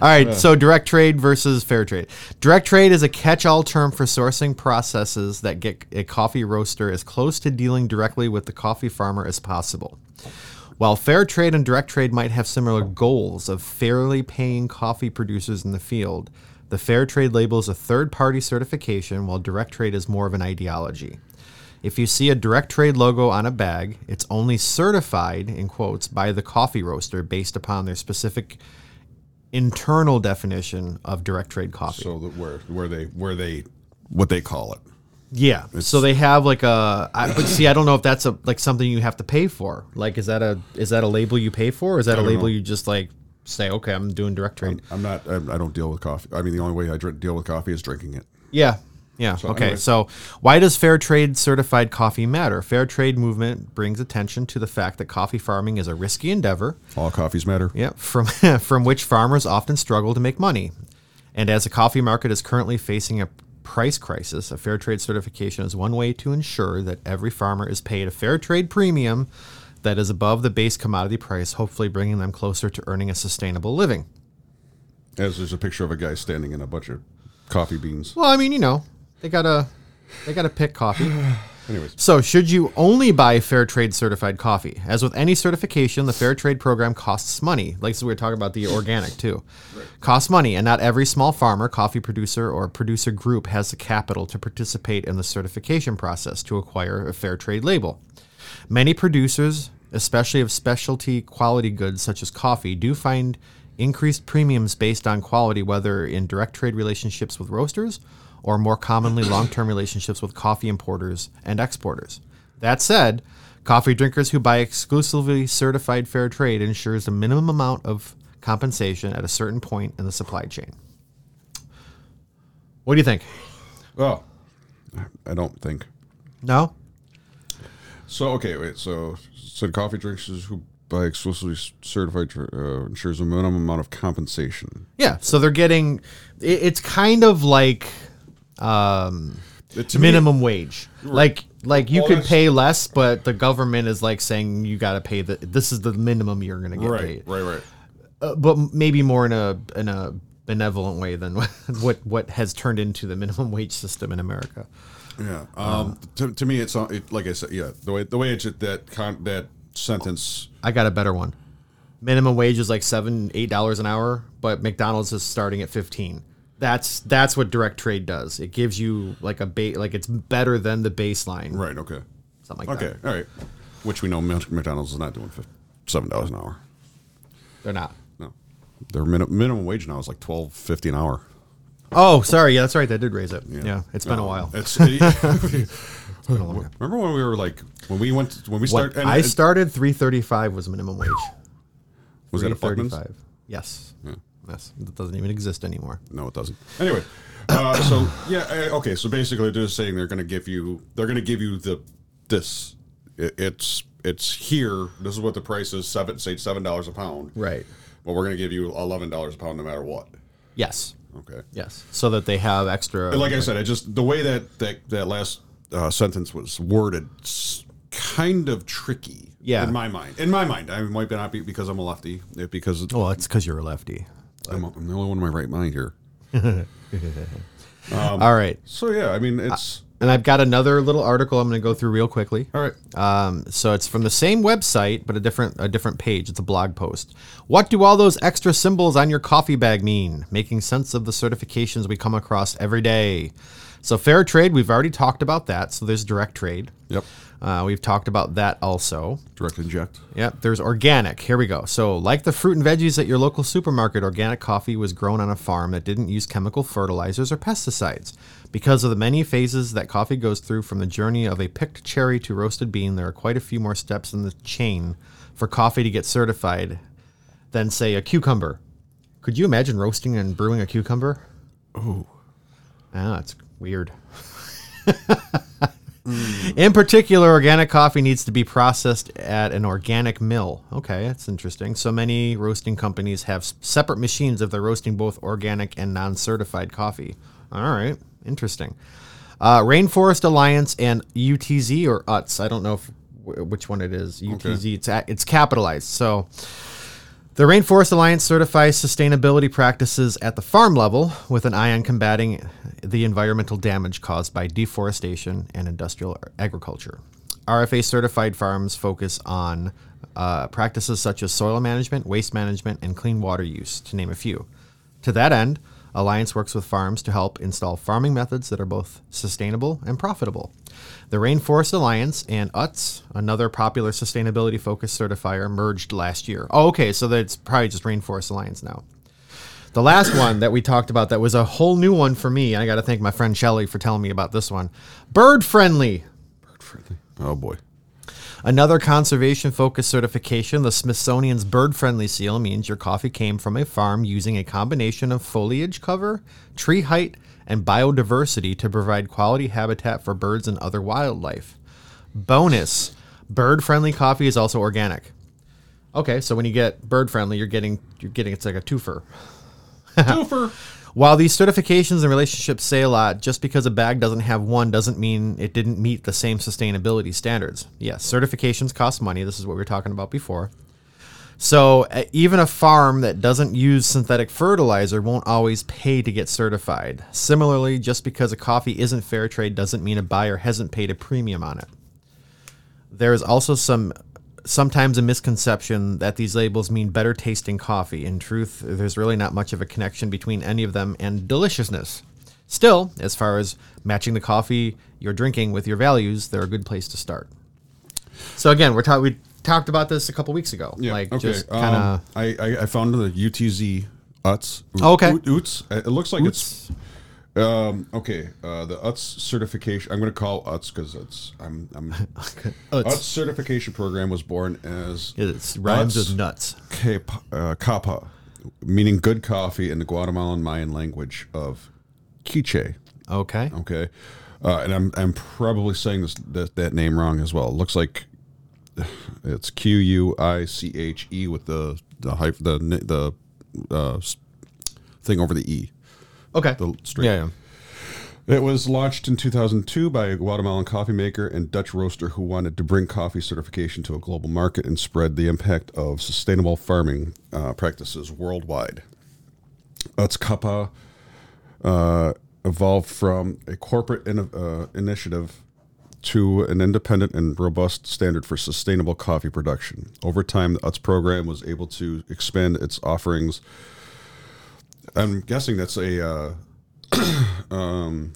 Speaker 2: All right. So, direct trade versus fair trade. Direct trade is a catch all term for sourcing processes that get a coffee roaster as close to dealing directly with the coffee farmer as possible. While fair trade and direct trade might have similar goals of fairly paying coffee producers in the field, the fair trade label is a third party certification, while direct trade is more of an ideology. If you see a direct trade logo on a bag, it's only certified, in quotes, by the coffee roaster based upon their specific internal definition of direct trade coffee.
Speaker 1: So that where where they where they what they call it?
Speaker 2: Yeah. So they have like a, I, but see, I don't know if that's a like something you have to pay for. Like, is that a is that a label you pay for? Or is that a
Speaker 1: don't
Speaker 2: label
Speaker 1: know. Um,
Speaker 2: you just like say, okay, I'm doing direct trade?
Speaker 1: I'm not. I'm, I don't deal with coffee. I mean, the only way I drink, deal with coffee is drinking it.
Speaker 2: Yeah. Yeah. okay.
Speaker 1: anyway.
Speaker 2: So, why does fair trade certified coffee matter? Fair trade movement brings attention to the fact that coffee farming is a risky endeavor.
Speaker 1: All coffees matter.
Speaker 2: Yeah, from *laughs* from which farmers often struggle to make money. And as the coffee market is currently facing a price crisis, a fair trade certification is one way to ensure that every farmer is paid a fair trade premium that is above the base commodity price, hopefully bringing them closer to earning a sustainable living.
Speaker 1: As there's a picture of a guy standing in a bunch of coffee beans.
Speaker 2: Well, I mean, you know, they got to they got to pick coffee.
Speaker 1: Anyways,
Speaker 2: So, should you only buy fair trade certified coffee? As with any certification, the fair trade program costs money. Like so we were talking about the organic too. Costs money, and not every small farmer, coffee producer, or producer group has the capital to participate in the certification process to acquire a fair trade label. Many producers, especially of specialty quality goods such as coffee, do find increased premiums based on quality, whether in direct trade relationships with roasters or more commonly long term relationships with coffee importers and exporters. That said, coffee drinkers who buy exclusively certified fair trade ensures a minimum amount of compensation at a certain point in the supply chain. What do you think?
Speaker 1: oh, I don't think.
Speaker 2: No?
Speaker 1: So okay, wait. So said coffee drinkers who buy exclusively certified dr- uh, ensures a minimum amount of compensation.
Speaker 2: Yeah, so they're getting it, it's kind of like um
Speaker 1: It- Uh, to me-
Speaker 2: minimum wage. Like like you
Speaker 1: Well,
Speaker 2: could
Speaker 1: that's-
Speaker 2: pay less, but the government is like saying you got to pay the this is the minimum you're going to get
Speaker 1: right,
Speaker 2: paid.
Speaker 1: right, right.
Speaker 2: Uh, but maybe more in a in a benevolent way than *laughs* what what has turned into the minimum wage system in America.
Speaker 1: Yeah. Um. To, to me, it's uh, it, like I said. Yeah. The way the way it's that con, that sentence.
Speaker 2: I got a better one. Minimum wage is like 7 8 dollars an hour, but McDonald's is starting at 15. That's that's what direct trade does. It gives you like a bait like it's better than the baseline.
Speaker 1: Right. Okay.
Speaker 2: Something like that.
Speaker 1: Okay. All right. Which we know Mc- McDonald's is not doing fif- seven dollars an hour.
Speaker 2: They're not.
Speaker 1: No, their min- minimum wage now is like twelve fifty an hour.
Speaker 2: Oh, sorry. Yeah, that's right. They did raise it. Yeah, it's been a
Speaker 1: Um,
Speaker 2: while. *laughs*
Speaker 1: It's, *laughs* remember when we were like when we went when we
Speaker 2: What-
Speaker 1: started.
Speaker 2: I started three thirty five was minimum wage.
Speaker 1: *gasps* Was that a Fuckman's?
Speaker 2: 335. Yes. Yes. That doesn't even exist anymore.
Speaker 1: No, it doesn't. Anyway, uh, so yeah, eh, okay. So basically, they're just saying they're going to give you they're going to give you the this. It, it's it's here. This is what the price is. Seven say seven dollars a pound.
Speaker 2: Right.
Speaker 1: But we're going to give you eleven dollars a pound no matter what.
Speaker 2: Yes.
Speaker 1: Okay.
Speaker 2: Yes. So that they have extra.
Speaker 1: And like I said, I just the way that that that last uh, sentence was worded, s- kind of tricky.
Speaker 2: Yeah.
Speaker 1: In my mind, in my mind, I might not be because I'm a lefty. eh, Because it's
Speaker 2: well, it's because you're a lefty.
Speaker 1: I'm, I'm the only one in my right mind here. Um,
Speaker 2: All right.
Speaker 1: So yeah, I mean it's
Speaker 2: And I've got another little article I'm going to go through real quickly.
Speaker 1: all right.
Speaker 2: Um, so it's from the same website, but a different a different page. It's a blog post. What do all those extra symbols on your coffee bag mean? Making sense of the certifications we come across every day. So fair trade, we've already talked about that. So there's direct trade.
Speaker 1: Yep.
Speaker 2: Uh, we've talked about that also.
Speaker 1: Direct inject.
Speaker 2: Yep, there's organic. Here we go. So, like the fruit and veggies at your local supermarket, organic coffee was grown on a farm that didn't use chemical fertilizers or pesticides. Because of the many phases that coffee goes through, from the journey of a picked cherry to roasted bean, there are quite a few more steps in the chain for coffee to get certified than, say, a cucumber. Could you imagine roasting and brewing a cucumber? Oh. Ah, it's weird. In particular, organic coffee needs to be processed at an organic mill. Okay, that's interesting. So many roasting companies have s- separate machines if they're roasting both organic and non certified coffee. All right, interesting. Uh, Rainforest Alliance and UTZ or UTZ, I don't know if, wh- which one it is. UTZ, it's, a, it's capitalized. So. The Rainforest Alliance certifies sustainability practices at the farm level with an eye on combating the environmental damage caused by deforestation and industrial agriculture. RFA certified farms focus on uh, practices such as soil management, waste management, and clean water use, to name a few. To that end, Alliance works with farms to help install farming methods that are both sustainable and profitable. The Rainforest Alliance and UTS, another popular sustainability focused certifier, merged last year. Oh, okay, so that's probably just Rainforest Alliance now. The last one that we talked about that was a whole new one for me. I got to thank my friend Shelly for telling me about this one. Bird friendly.
Speaker 1: Oh boy.
Speaker 2: Another conservation focused certification, the Smithsonian's bird friendly seal, means your coffee came from a farm using a combination of foliage cover, tree height, and biodiversity to provide quality habitat for birds and other wildlife. Bonus bird friendly coffee is also organic. Okay, so when you get bird friendly, you're getting you're getting it's like a twofer.
Speaker 1: Twofer.
Speaker 2: While these certifications and relationships say a lot, just because a bag doesn't have one doesn't mean it didn't meet the same sustainability standards. Yes, certifications cost money. This is what we were talking about before. So uh, even a farm that doesn't use synthetic fertilizer won't always pay to get certified. Similarly, just because a coffee isn't fair trade doesn't mean a buyer hasn't paid a premium on it. There is also some sometimes a misconception that these labels mean better tasting coffee. In truth, there's really not much of a connection between any of them and deliciousness. Still, as far as matching the coffee you're drinking with your values, they're a good place to start. So again, we're ta- we talked about this a couple weeks ago.
Speaker 1: Yeah.
Speaker 2: like
Speaker 1: okay.
Speaker 2: just kind of
Speaker 1: um, I, I I found the UTZ UTS.
Speaker 2: Oh, Okay.
Speaker 1: UTS. It looks like it's um okay. Uh, the UTS certification. I'm going to call UTS because it's I'm I'm.
Speaker 2: *laughs*
Speaker 1: UTS certification program was born as
Speaker 2: It
Speaker 1: Nuts.
Speaker 2: rhymes with nuts.
Speaker 1: K- uh, Kapa, meaning good coffee in the Guatemalan Mayan language of Quiche.
Speaker 2: Okay.
Speaker 1: Okay, uh, and I'm I'm probably saying this that, that name wrong as well. It looks like *sighs* it's Q U I C H E with the the hyph- the ni- the uh, s- thing over the e.
Speaker 2: Okay.
Speaker 1: The straight.
Speaker 2: yeah, yeah.
Speaker 1: It was launched in 2002 by a Guatemalan coffee maker and Dutch roaster who wanted to bring coffee certification to a global market and spread the impact of sustainable farming uh, practices worldwide. That's Kappa uh, evolved from a corporate in, uh, initiative to an independent and robust standard for sustainable coffee production. Over time, the UTS program was able to expand its offerings. I'm guessing that's a uh, um,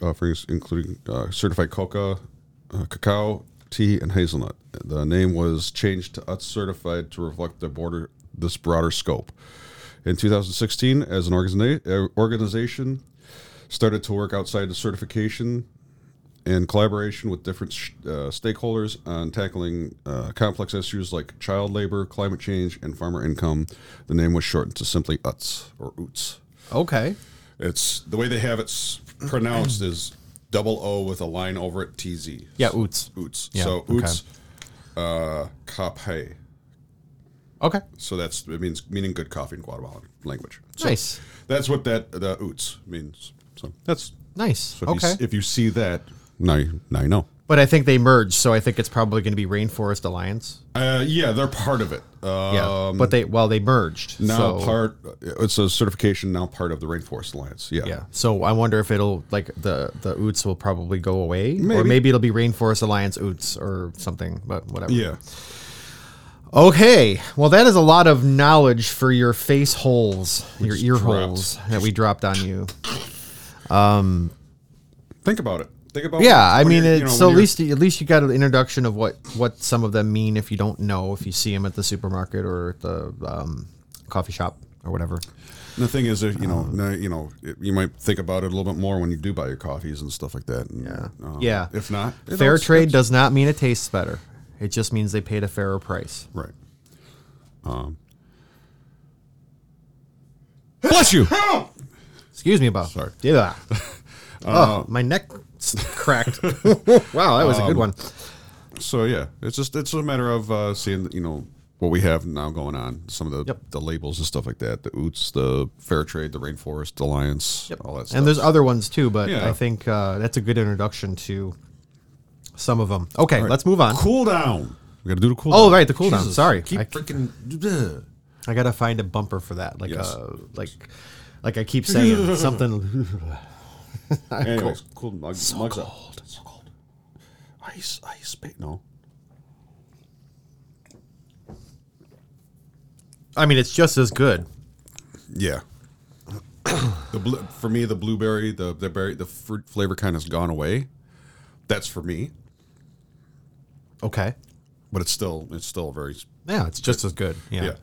Speaker 1: offerings including uh, certified coca, uh, cacao, tea, and hazelnut. The name was changed to UTS certified to reflect the border this broader scope. In 2016, as an organiza- uh, organization, started to work outside the certification in collaboration with different sh- uh, stakeholders on tackling uh, complex issues like child labor, climate change, and farmer income. The name was shortened to simply UTS or UTS.
Speaker 2: Okay.
Speaker 1: It's the way they have it s- pronounced is double O with a line over it, TZ.
Speaker 2: Yeah, Oots.
Speaker 1: Oots.
Speaker 2: Yeah,
Speaker 1: so
Speaker 2: okay.
Speaker 1: Oots uh, Kaphe.
Speaker 2: Okay.
Speaker 1: So that's it means meaning good coffee in Guatemalan language. So
Speaker 2: Nice.
Speaker 1: That's what that the Oots means. So that's
Speaker 2: Nice.
Speaker 1: so if, you,
Speaker 2: okay.
Speaker 1: s- if you see that, now you, now you know.
Speaker 2: but I think they merged, so I think it's probably going to be Rainforest Alliance.
Speaker 1: Uh, yeah, they're part of it. Um,
Speaker 2: Yeah. but they well they merged.
Speaker 1: now
Speaker 2: so,
Speaker 1: part. uh, It's a certification now part of the Rainforest Alliance. Yeah.
Speaker 2: Yeah. So I wonder if it'll like the the Oots will probably go away, or
Speaker 1: Maybe.
Speaker 2: maybe it'll be Rainforest Alliance Oots or something. But whatever.
Speaker 1: Yeah.
Speaker 2: Okay. Well, that is a lot of knowledge for your face holes, your ear
Speaker 1: dropped.
Speaker 2: holes that we dropped on
Speaker 1: *laughs*
Speaker 2: you.
Speaker 1: Think about it. Think about.
Speaker 2: Yeah, I
Speaker 1: when
Speaker 2: mean,
Speaker 1: you're-
Speaker 2: it,
Speaker 1: you know,
Speaker 2: so
Speaker 1: when
Speaker 2: at
Speaker 1: you're-
Speaker 2: least at least you got an introduction of what what some of them mean if you don't know if you see them at the supermarket or at the um, coffee shop or whatever.
Speaker 1: The thing is, if, you
Speaker 2: Uh-huh.
Speaker 1: know, no, you know, it- you might think about it a little bit more when you do buy your coffees and stuff like that. And, yeah,
Speaker 2: Yeah.
Speaker 1: If not, it
Speaker 2: Fair
Speaker 1: helps.
Speaker 2: trade does not mean it tastes better. It just means they paid a fairer price.
Speaker 1: right. Um. Bless you.
Speaker 2: Excuse me, Bob.
Speaker 1: Sorry. *laughs* Uh,
Speaker 2: Yeah. oh, my neck s- cracked. Um, wow, that was a good one.
Speaker 1: so yeah, it's just it's a matter of uh, seeing you know what we have now going on, some of the
Speaker 2: Yep.
Speaker 1: the labels and stuff like that, the Oots, the Fair Trade, the Rainforest Alliance, all that stuff.
Speaker 2: And there's other ones too, but
Speaker 1: Yeah.
Speaker 2: I think uh, that's a good introduction to some of them. Okay, let's move on.
Speaker 1: cool down. We got to do the cool.
Speaker 2: Oh,
Speaker 1: down.
Speaker 2: right, the cooldown. Sorry.
Speaker 4: Keep
Speaker 2: I-
Speaker 4: freaking.
Speaker 2: I gotta find a bumper for that, like
Speaker 1: Yes.
Speaker 2: uh, like like
Speaker 1: *laughs*
Speaker 2: I keep saying something.
Speaker 1: Anyways, cool mugs, mugs up. So cold. Ice, ice, ba- no.
Speaker 2: I mean, it's just as good.
Speaker 1: Yeah. *coughs* the blu- for me the blueberry the the berry the fruit flavor kind has gone away. That's for me,
Speaker 2: Okay.
Speaker 1: but it's still it's still very
Speaker 2: Yeah, it's just as good. Yeah.
Speaker 1: yeah.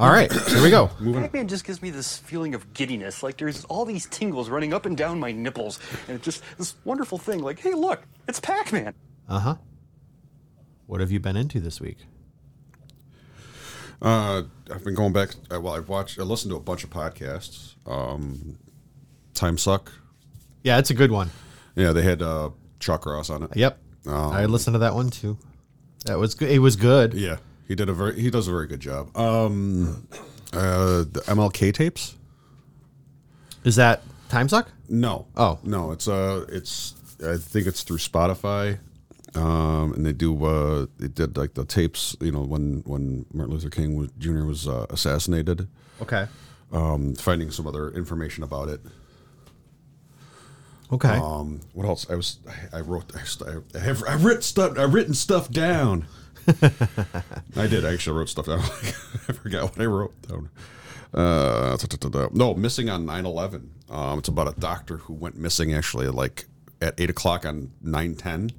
Speaker 2: All right, here
Speaker 1: *coughs*
Speaker 2: we go.
Speaker 5: Pac-Man just gives me this feeling of giddiness, like there's all these tingles running up and down my nipples, and it's just this wonderful thing. Like, hey, look, it's Pac-Man.
Speaker 2: Uh huh. What have you been into this week?
Speaker 1: Uh, I've been going back. uh, Well, I've watched I listened to a bunch of podcasts. Um, Time suck.
Speaker 2: Yeah, it's a good one.
Speaker 1: Yeah, they had uh, Chuck Ross on it.
Speaker 2: Yep. I listened to that one too. That was good. It was good.
Speaker 1: Um, Yeah, he did a very he does a very good job. Um, uh, the MLK tapes.
Speaker 2: Is that Time Suck?
Speaker 1: No.
Speaker 2: Oh.
Speaker 1: no. It's uh, it's I think it's through Spotify, um, and they do uh, they did like the tapes. You know, when when Martin Luther King was, Jr. was uh, assassinated,
Speaker 2: Okay.
Speaker 1: um, finding some other information about it.
Speaker 2: Okay.
Speaker 1: Um, what else? I was I, I wrote I, st- I have I writ stuff I written stuff down. I did. I actually wrote stuff down. *laughs* I forgot what I wrote down. Uh, da- da- da- da. no, missing on 9-11. Um, it's about a doctor who went missing actually like at eight o'clock on nine ten.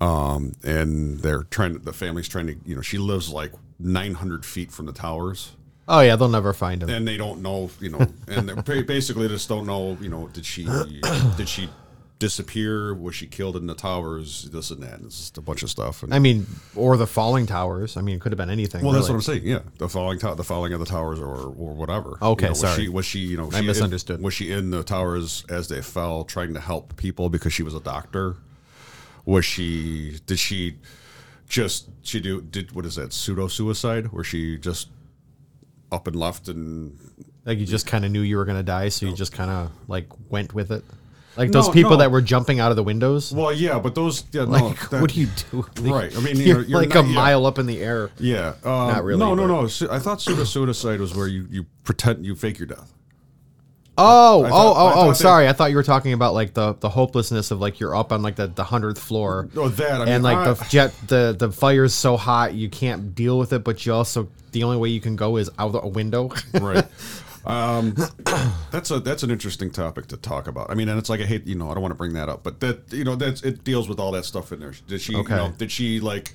Speaker 1: Um, and they're trying. The family's trying to. You know, she lives like nine hundred feet from the towers
Speaker 2: oh yeah, they'll never find him.
Speaker 1: and they don't know, you know, and they ba- basically just don't know, you know, did
Speaker 2: *clears throat*
Speaker 1: she did she disappear? Was she killed in the towers? This and that. And it's just a bunch of stuff. And,
Speaker 2: I mean, or the falling towers. I mean, it could have been anything.
Speaker 1: well, that's
Speaker 2: really.
Speaker 1: what I'm saying. Yeah, the falling tower, the falling of the towers, or or whatever.
Speaker 2: Okay,
Speaker 1: You know, was
Speaker 2: sorry.
Speaker 1: She, was she, you know,
Speaker 2: I
Speaker 1: she in-
Speaker 2: misunderstood.
Speaker 1: was she in the towers as they fell, trying to help people because she was a doctor? Was she? Did she? Just she do did what is that pseudo suicide where she just up and left and
Speaker 2: Like you just kind of knew you were gonna die, so you just kind of like went with it. Like those
Speaker 1: No,
Speaker 2: people
Speaker 1: no.
Speaker 2: that were jumping out of the windows.
Speaker 1: well yeah but those yeah no,
Speaker 2: *laughs* like,
Speaker 1: that-
Speaker 2: what do you do?
Speaker 1: Right. I mean,
Speaker 2: you're,
Speaker 1: you're- you're
Speaker 2: like
Speaker 1: not-
Speaker 2: a
Speaker 1: yeah.
Speaker 2: mile up in the air.
Speaker 1: Yeah, um,
Speaker 2: really,
Speaker 1: No, no,
Speaker 2: but-
Speaker 1: no. Su- I thought pseudo suicide was where you, you pretend you fake your death.
Speaker 2: Oh,
Speaker 1: I thought-
Speaker 2: oh,
Speaker 1: I
Speaker 2: oh,
Speaker 1: thought
Speaker 2: oh!
Speaker 1: that-
Speaker 2: Sorry, I thought you were talking about like the the hopelessness of like you're up on like the the hundredth floor.
Speaker 1: No, Oh, that, I mean,
Speaker 2: and like
Speaker 1: I-
Speaker 2: the jet, the the fire's so hot you can't deal with it, but you also the only way you can go is out a window.
Speaker 1: *laughs*
Speaker 2: *laughs*
Speaker 1: Right. um, *coughs* that's a that's an interesting topic to talk about. I mean, and it's like I hate you know I don't want to bring that up, but that you know that's it deals with all that stuff in there. Did she? You
Speaker 2: Okay.
Speaker 1: know, did she like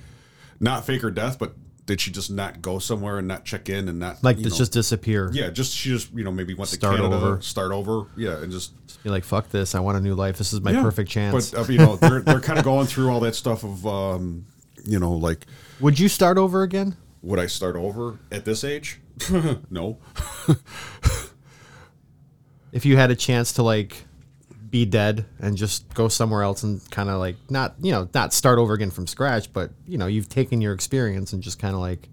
Speaker 1: not fake her death, but did she just not go somewhere and not check in and not
Speaker 2: Like
Speaker 1: you
Speaker 2: this
Speaker 1: know-
Speaker 2: just disappear.
Speaker 1: yeah, just she just you know maybe went
Speaker 2: Start
Speaker 1: to Canada,
Speaker 2: over.
Speaker 1: start over, yeah, and just
Speaker 2: You're like, fuck this. I want a new life. This is my
Speaker 1: Yeah.
Speaker 2: perfect chance.
Speaker 1: But uh, you know
Speaker 2: *laughs*
Speaker 1: they're they're kind of going through all that stuff of um, you know like
Speaker 2: Would you start over again?
Speaker 1: would I start over at this age? *laughs* no,
Speaker 2: if you had a chance to like be dead and just go somewhere else and kind of like not you know not start over again from scratch but you know you've taken your experience and just kind of like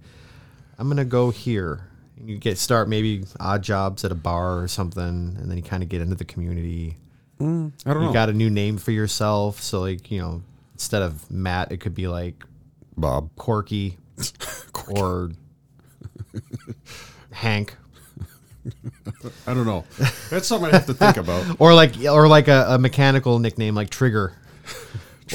Speaker 2: i'm gonna go here and you get start maybe odd jobs at a bar or something and then you kind of get into the community
Speaker 1: Mm, I don't
Speaker 2: you got a new name for yourself so like you know instead of matt it could be like
Speaker 1: Bob. *laughs*
Speaker 2: corky, or hank
Speaker 1: I don't know. That's something I have to think
Speaker 2: *laughs*
Speaker 1: about.
Speaker 2: or like or like a, a mechanical nickname
Speaker 1: *laughs*
Speaker 2: like trigger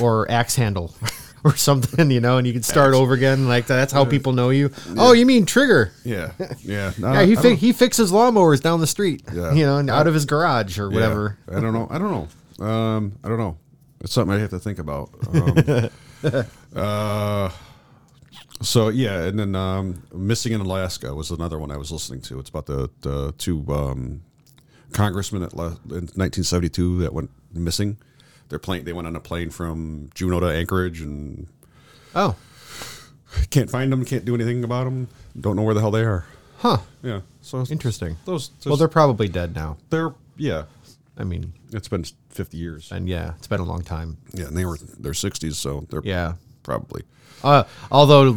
Speaker 2: or axe handle *laughs* or something you know and you can start over again like that's how people know you oh you mean trigger
Speaker 1: Yeah, yeah.
Speaker 2: yeah he,
Speaker 1: Uh, I
Speaker 2: fi-
Speaker 1: don't-
Speaker 2: he fixes lawnmowers down the street
Speaker 1: Yeah.
Speaker 2: *laughs* you know and out of his garage or whatever
Speaker 1: Yeah. I don't know. I don't know. Um, I don't know. It's something I have to think about. Um, *laughs* uh, so yeah, and then um, missing in Alaska was another one I was listening to. It's about the, the two um, congressmen at le- in 1972 that went missing. Their plane. They went on a plane from Juneau to Anchorage and
Speaker 2: oh
Speaker 1: can't find them. Can't do anything about them. Don't know where the hell they are.
Speaker 2: huh
Speaker 1: Yeah. So
Speaker 2: interesting
Speaker 1: Those.
Speaker 2: well they're probably dead now
Speaker 1: they're yeah.
Speaker 2: i mean
Speaker 1: It's been 50 years.
Speaker 2: and yeah it's been a long time
Speaker 1: Yeah, and they were their sixties, so they're
Speaker 2: yeah
Speaker 1: probably
Speaker 2: uh, although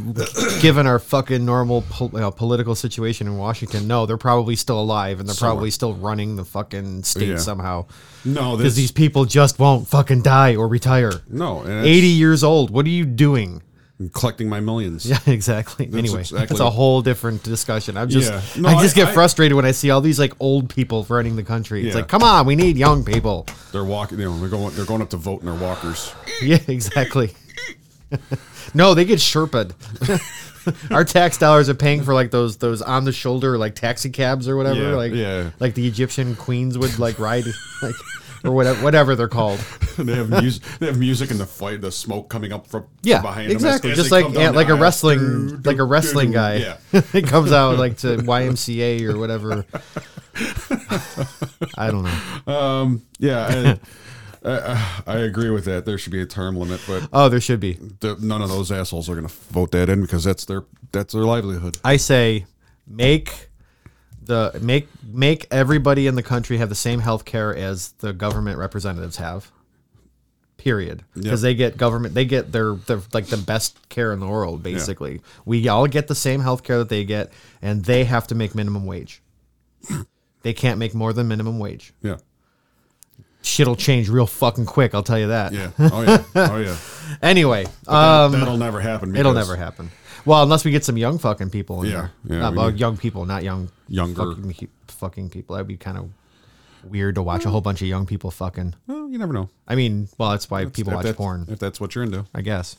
Speaker 2: given our fucking normal pol- you know, political situation in washington no they're probably still alive and they're
Speaker 1: Somewhere.
Speaker 2: probably still running the fucking state
Speaker 1: Yeah.
Speaker 2: somehow
Speaker 1: no
Speaker 2: because these people just won't fucking die or retire.
Speaker 1: no and
Speaker 2: Eighty years old. What are you doing?
Speaker 1: it's collecting my millions.
Speaker 2: *laughs* Yeah, exactly. anyway,
Speaker 1: exactly
Speaker 2: that's a
Speaker 1: what-
Speaker 2: whole different discussion. I'm just,
Speaker 1: Yeah. No,
Speaker 2: I just
Speaker 1: I-
Speaker 2: get
Speaker 1: I-
Speaker 2: frustrated when I see all these like old people running the country. It's
Speaker 1: Yeah.
Speaker 2: like, come on, we need young people. *laughs*
Speaker 1: They're walking. You know, they're going. They're going up to vote in their walkers. *laughs*
Speaker 2: Yeah, exactly. *laughs* no, they get sherped. *laughs* Our tax dollars are paying for like those those on the shoulder like taxi cabs or whatever.
Speaker 1: Yeah,
Speaker 2: like
Speaker 1: yeah.
Speaker 2: like the Egyptian queens would like ride *laughs* like or whatever whatever they're called.
Speaker 1: they have music. They have music and the fight. The smoke coming up from
Speaker 2: Yeah,
Speaker 1: behind
Speaker 2: exactly.
Speaker 1: them. as- as
Speaker 2: Just
Speaker 1: they
Speaker 2: like
Speaker 1: come
Speaker 2: yeah,
Speaker 1: down the
Speaker 2: like a
Speaker 1: aisle.
Speaker 2: wrestling like a wrestling guy.
Speaker 1: Yeah.
Speaker 2: *laughs* it comes out
Speaker 1: *laughs*
Speaker 2: like to YMCA or whatever. I don't know. *laughs*
Speaker 1: Yeah, I, I, I agree with that. There should be a term limit, but
Speaker 2: Oh, there should be.
Speaker 1: the, none of those assholes are going to vote that in because that's their that's their livelihood.
Speaker 2: I say make the make make everybody in the country have the same health care as the government representatives have. Period. Because they get government they get their, their like the best care in the world, basically. We all get the same health care that they get, and they have to make minimum wage. they can't make more than minimum wage.
Speaker 1: Yeah,
Speaker 2: shit'll change real fucking quick. I'll tell you that.
Speaker 1: yeah. Oh yeah. Oh yeah.
Speaker 2: Anyway, *laughs* um,
Speaker 1: That'll never happen.
Speaker 2: it'll
Speaker 1: because-
Speaker 2: never happen. Well, unless we get some young fucking people. In
Speaker 1: Yeah,
Speaker 2: there.
Speaker 1: yeah,
Speaker 2: Not,
Speaker 1: we
Speaker 2: well,
Speaker 1: need-
Speaker 2: young people, not young
Speaker 1: Younger.
Speaker 2: fucking, he- fucking people. That'd be kind of weird to watch a whole bunch of young people fucking.
Speaker 1: Well, you never know.
Speaker 2: I mean, well, that's why people
Speaker 1: If
Speaker 2: watch
Speaker 1: that's-
Speaker 2: porn,
Speaker 1: If that's what you're into.
Speaker 2: I guess.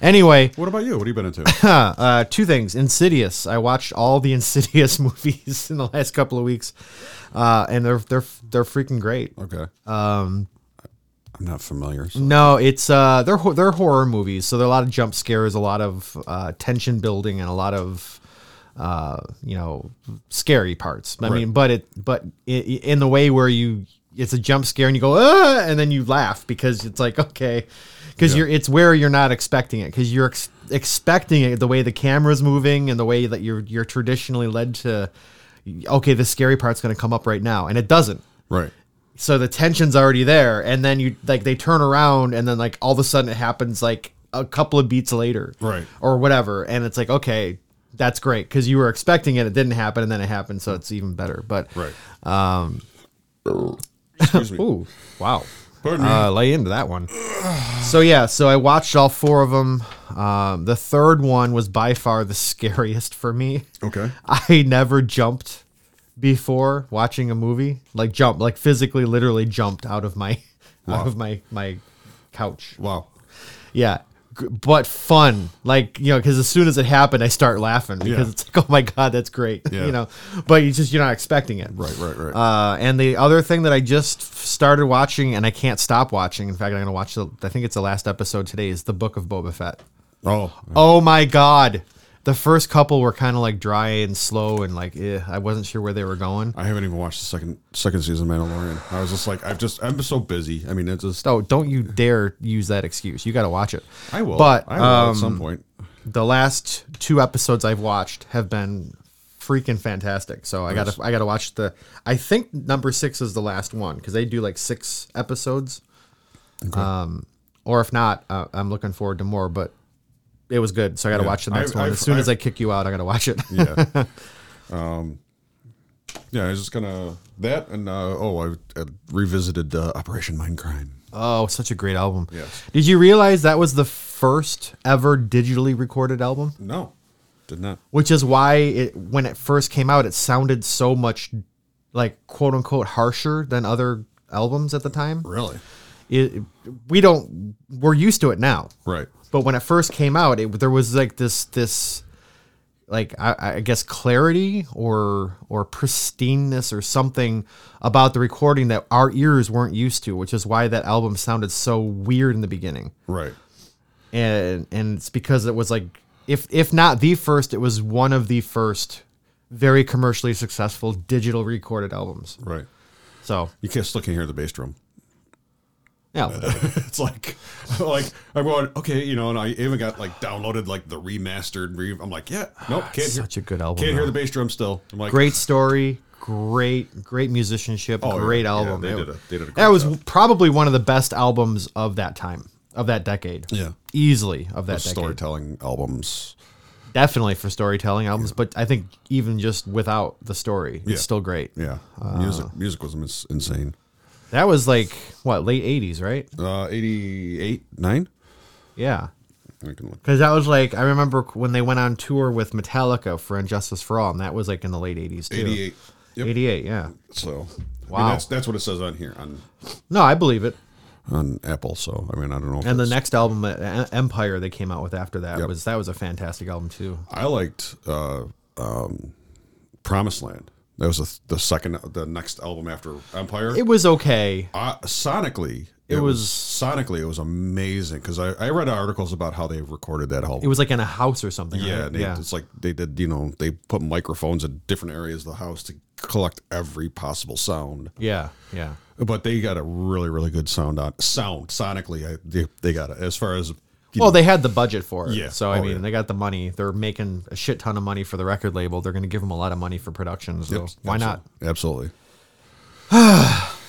Speaker 2: Anyway,
Speaker 1: What about you? What have you been into?
Speaker 2: *laughs* huh, uh, two things. Insidious. I watched all the *laughs* Insidious movies in the last couple of weeks, uh, and they're they're they're freaking great.
Speaker 1: Okay. Um, I'm not familiar. So.
Speaker 2: No, it's uh, they're ho- they're horror movies, so there are a lot of jump scares, a lot of uh, tension building, and a lot of uh, you know scary parts. I mean, but it but i i- in the way where you it's a jump scare and you go ah, and then you laugh because it's like okay, because you're it's where you're not expecting it because you're ex- expecting it the way the camera's moving and the way that you're you're traditionally led to. Okay, the scary part's going to come up right now, and it doesn't
Speaker 1: Right.
Speaker 2: so the tension's already there and then you like they turn around and then like all of a sudden it happens like a couple of beats later
Speaker 1: Right.
Speaker 2: or whatever and it's like okay that's great because you were expecting it it didn't happen and then it happened so it's even better but
Speaker 1: Right. Um. Excuse me.
Speaker 2: *laughs* ooh wow
Speaker 1: Pardon me.
Speaker 2: uh, lay into that one *sighs* so yeah so i watched all four of them um, the third one was by far the scariest for me
Speaker 1: okay.
Speaker 2: I never jumped before watching a movie. Like jump, like physically, literally jumped out of my *laughs* out of my my couch.
Speaker 1: Wow.
Speaker 2: Yeah. G- But fun, like you know, because as soon as it happened, I start laughing because
Speaker 1: Yeah.
Speaker 2: it's like, oh my god, that's great,
Speaker 1: Yeah.
Speaker 2: you know. But you just you're not expecting it,
Speaker 1: Right. Right. Right.
Speaker 2: Uh, and the other thing that I just f- started watching and I can't stop watching. In fact, I'm gonna watch the. I think it's the last episode today. Is the Book of Boba Fett.
Speaker 1: oh.
Speaker 2: Oh my god. the first couple were kind of like dry and slow and like eh, I wasn't sure where they were going.
Speaker 1: I haven't even watched the second second season of Mandalorian. I was just like, I've just I'm so busy. I mean, it's just
Speaker 2: So don't you dare use that excuse. You got to watch it.
Speaker 1: I will,
Speaker 2: But
Speaker 1: I will
Speaker 2: um,
Speaker 1: at some point.
Speaker 2: the last two episodes I've watched have been freaking fantastic. So I gotta I gotta watch the. I think number six is the last one because they do like six episodes. Um, or if not, uh, I'm looking forward to more. But it was good, so I gotta
Speaker 1: Yeah.
Speaker 2: watch the next
Speaker 1: I've-
Speaker 2: one.
Speaker 1: I've-
Speaker 2: as soon as I
Speaker 1: I've-
Speaker 2: kick you out, I gotta watch it. *laughs*
Speaker 1: Yeah. um, yeah, I was just gonna that and uh, oh, I, I revisited uh, Operation Mindcrime.
Speaker 2: oh, such a great album.
Speaker 1: Yes.
Speaker 2: Did you realize that was the first ever digitally recorded album?
Speaker 1: No, did not.
Speaker 2: which is why it when it first came out it sounded so much like quote unquote harsher than other albums at the time
Speaker 1: Really?
Speaker 2: it, we don't we're used to it now
Speaker 1: Right.
Speaker 2: but when it first came out it, there was like this this like I, I guess clarity or or pristineness or something about the recording that our ears weren't used to which is why that album sounded so weird in the beginning
Speaker 1: Right.
Speaker 2: and and it's because it was like if if not the first, it was one of the first very commercially successful digital recorded albums.
Speaker 1: Right.
Speaker 2: So
Speaker 1: You can't still can't hear the bass drum. *laughs*
Speaker 2: yeah,
Speaker 1: it's like like I'm going okay, you know, and I even got like downloaded like the remastered. Re- I'm like, yeah, nope, can't hear.
Speaker 2: Ah, such a good album,
Speaker 1: Can't hear
Speaker 2: though.
Speaker 1: the bass drum still. I'm like,
Speaker 2: great story, great great musicianship,
Speaker 1: Oh, yeah.
Speaker 2: great
Speaker 1: Yeah,
Speaker 2: album.
Speaker 1: they
Speaker 2: It-
Speaker 1: did a- they did a
Speaker 2: that
Speaker 1: great
Speaker 2: was
Speaker 1: job.
Speaker 2: probably one of the best albums of that time. Of that decade,
Speaker 1: Yeah.
Speaker 2: easily of that decade,
Speaker 1: storytelling albums.
Speaker 2: definitely for storytelling albums. But I think even just without the story,
Speaker 1: Yeah.
Speaker 2: it's still great.
Speaker 1: Yeah, music music was ins- insane.
Speaker 2: That was like what late '80s, right?
Speaker 1: Uh, 88, nine.
Speaker 2: Yeah,
Speaker 1: I can look.
Speaker 2: Because that was like I remember when they went on tour with Metallica for Injustice for All, and that was like in the late '80s too.
Speaker 1: 88. Yep.
Speaker 2: 88, yeah.
Speaker 1: So, I mean,
Speaker 2: Wow.
Speaker 1: that's that's what it says on here on
Speaker 2: No, I believe it.
Speaker 1: on Apple. So I mean, I don't know. if
Speaker 2: And the
Speaker 1: it's-
Speaker 2: next album, uh, Empire, they came out with after that
Speaker 1: Yep.
Speaker 2: was that was a fantastic album too.
Speaker 1: I liked uh, um, Promised Land. That was the, the second, the next album after Empire.
Speaker 2: It was okay.
Speaker 1: uh, sonically
Speaker 2: It
Speaker 1: it,
Speaker 2: was-
Speaker 1: was, sonically it was amazing because I, I read articles about how they recorded that album
Speaker 2: It was like in a house or something.
Speaker 1: yeah,
Speaker 2: right?
Speaker 1: they,
Speaker 2: yeah.
Speaker 1: it's like they did you know they put microphones in different areas of the house to collect every possible sound
Speaker 2: yeah, yeah.
Speaker 1: but they got a really really good sound on sound sonically I, they, they got it as far as you
Speaker 2: Well,
Speaker 1: know,
Speaker 2: they had the budget for it.
Speaker 1: Yeah.
Speaker 2: So I
Speaker 1: Oh,
Speaker 2: mean,
Speaker 1: yeah.
Speaker 2: they got the money. They're making a shit ton of money for the record label. They're going to give them a lot of money for production. So why not?
Speaker 1: absolutely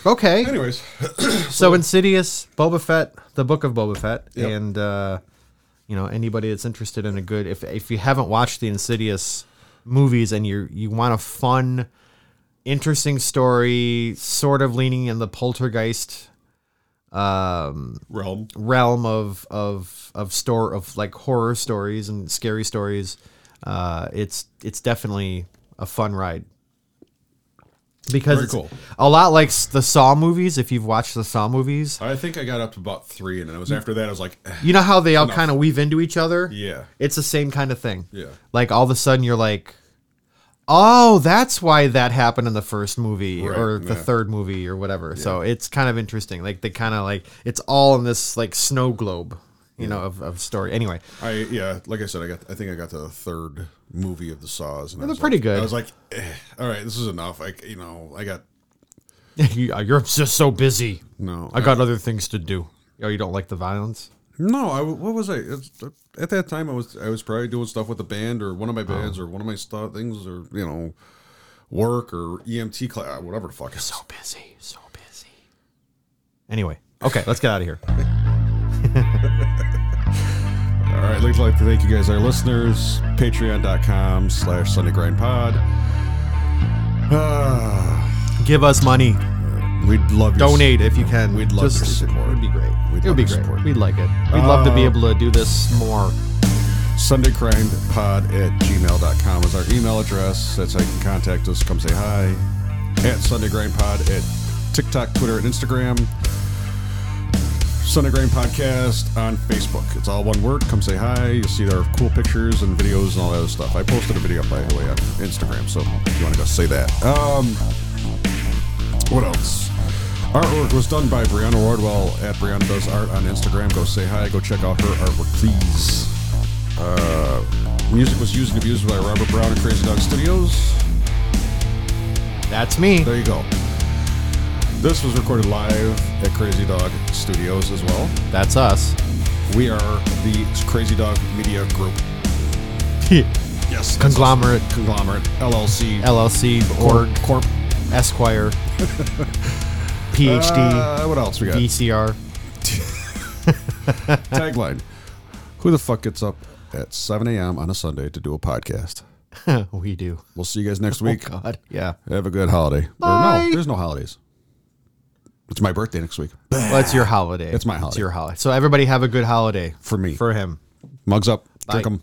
Speaker 2: Okay.
Speaker 1: anyways *laughs*
Speaker 2: So Insidious, Boba Fett, the Book of Boba Fett,
Speaker 1: Yep.
Speaker 2: and uh, you know anybody that's interested in a good if if you haven't watched the Insidious movies and you you want a fun, interesting story, sort of leaning in the poltergeist
Speaker 1: realm
Speaker 2: realm of of of store of like horror stories and scary stories, uh, it's it's definitely a fun ride. Because
Speaker 1: Very
Speaker 2: it's
Speaker 1: cool.
Speaker 2: a lot like s- the Saw movies, if you've watched the Saw movies,
Speaker 1: i think i got up to about three and then it
Speaker 2: Mm.
Speaker 1: was after that i was like *sighs* eh,
Speaker 2: You know how they all kind of weave into each other?
Speaker 1: Yeah.
Speaker 2: It's the same kind of thing.
Speaker 1: Yeah.
Speaker 2: Like all of a sudden you're like, oh, that's why that happened in the first movie
Speaker 1: Right,
Speaker 2: or the
Speaker 1: yeah.
Speaker 2: third movie or whatever. So it's kind of interesting. Like they kind of like, it's all in this like snow globe, you know, of, of story. Anyway, *laughs*
Speaker 1: I yeah, like I said, I got I think I got to the third movie of the Saws, and I
Speaker 2: They're
Speaker 1: was
Speaker 2: pretty
Speaker 1: like-
Speaker 2: good.
Speaker 1: I was like, eh, all right, this is enough. I you know I got
Speaker 2: you, uh, you're just so busy.
Speaker 1: No,
Speaker 2: I got other things to do. Oh, you don't like the violence?
Speaker 1: no. I what was I it's, at that time? I was I was probably doing stuff with the band or one of my
Speaker 2: Oh.
Speaker 1: bands or one of my stu things or you know work or E EMT class uh, whatever the fuck. it's-
Speaker 2: So busy. So busy. Anyway. Okay, let's get
Speaker 1: *laughs*
Speaker 2: out of here.
Speaker 1: All right, I'd like to thank you guys, our listeners. Patreon.com slash Sunday Grind Pod. Ah,
Speaker 2: Give us money.
Speaker 1: we'd love your-
Speaker 2: donate if you can.
Speaker 1: We'd love your support.
Speaker 2: It would be great.
Speaker 1: We'd love
Speaker 2: it would be
Speaker 1: your
Speaker 2: great.
Speaker 1: support.
Speaker 2: We'd like it. Um, We'd love to be
Speaker 1: Uh,
Speaker 2: able to do this more.
Speaker 1: SundayCrimePod at gmail.com is our email address. That's how you can contact us. Come say hi. At SundayGrindPod at TikTok, Twitter, and Instagram. Sunday Grind Podcast on Facebook. It's all one word. Come say hi. You'll see our cool pictures and videos and all that other stuff. I posted a video, by the way, on Instagram, so if you want to go say that. Um, what else? Artwork was done by Brianna Wardwell at Brianna Does Art on Instagram. Go say hi. Go check out her artwork, please. Uh, Music was used and abused by Robert Brown and Crazy Dog Studios.
Speaker 2: That's me.
Speaker 1: There you go. This was recorded live at Crazy Dog Studios as well.
Speaker 2: That's
Speaker 1: *laughs*
Speaker 2: us.
Speaker 1: We are the Crazy Dog Media Group. Yes. that's us.
Speaker 2: Conglomerate.
Speaker 1: Conglomerate. LLC.
Speaker 2: LLC,
Speaker 1: Corp.
Speaker 2: org,
Speaker 1: Corp. *laughs*
Speaker 2: Esquire, PhD,
Speaker 1: Uh, what else we got?
Speaker 2: VCR.
Speaker 1: Tagline. Who the fuck gets up at 7 a.m. on a Sunday to do a podcast?
Speaker 2: *laughs* we do.
Speaker 1: We'll see you guys next week.
Speaker 2: Oh, God. Yeah.
Speaker 1: Have a good holiday. Or
Speaker 2: Bye.
Speaker 1: no, there's no holidays. It's my birthday next week.
Speaker 2: Well, it's your holiday.
Speaker 1: It's my
Speaker 2: It's
Speaker 1: holiday.
Speaker 2: your holiday. So everybody have a good holiday
Speaker 1: For me.
Speaker 2: for him.
Speaker 1: Mugs up. Drink
Speaker 2: Bye.
Speaker 1: 'em.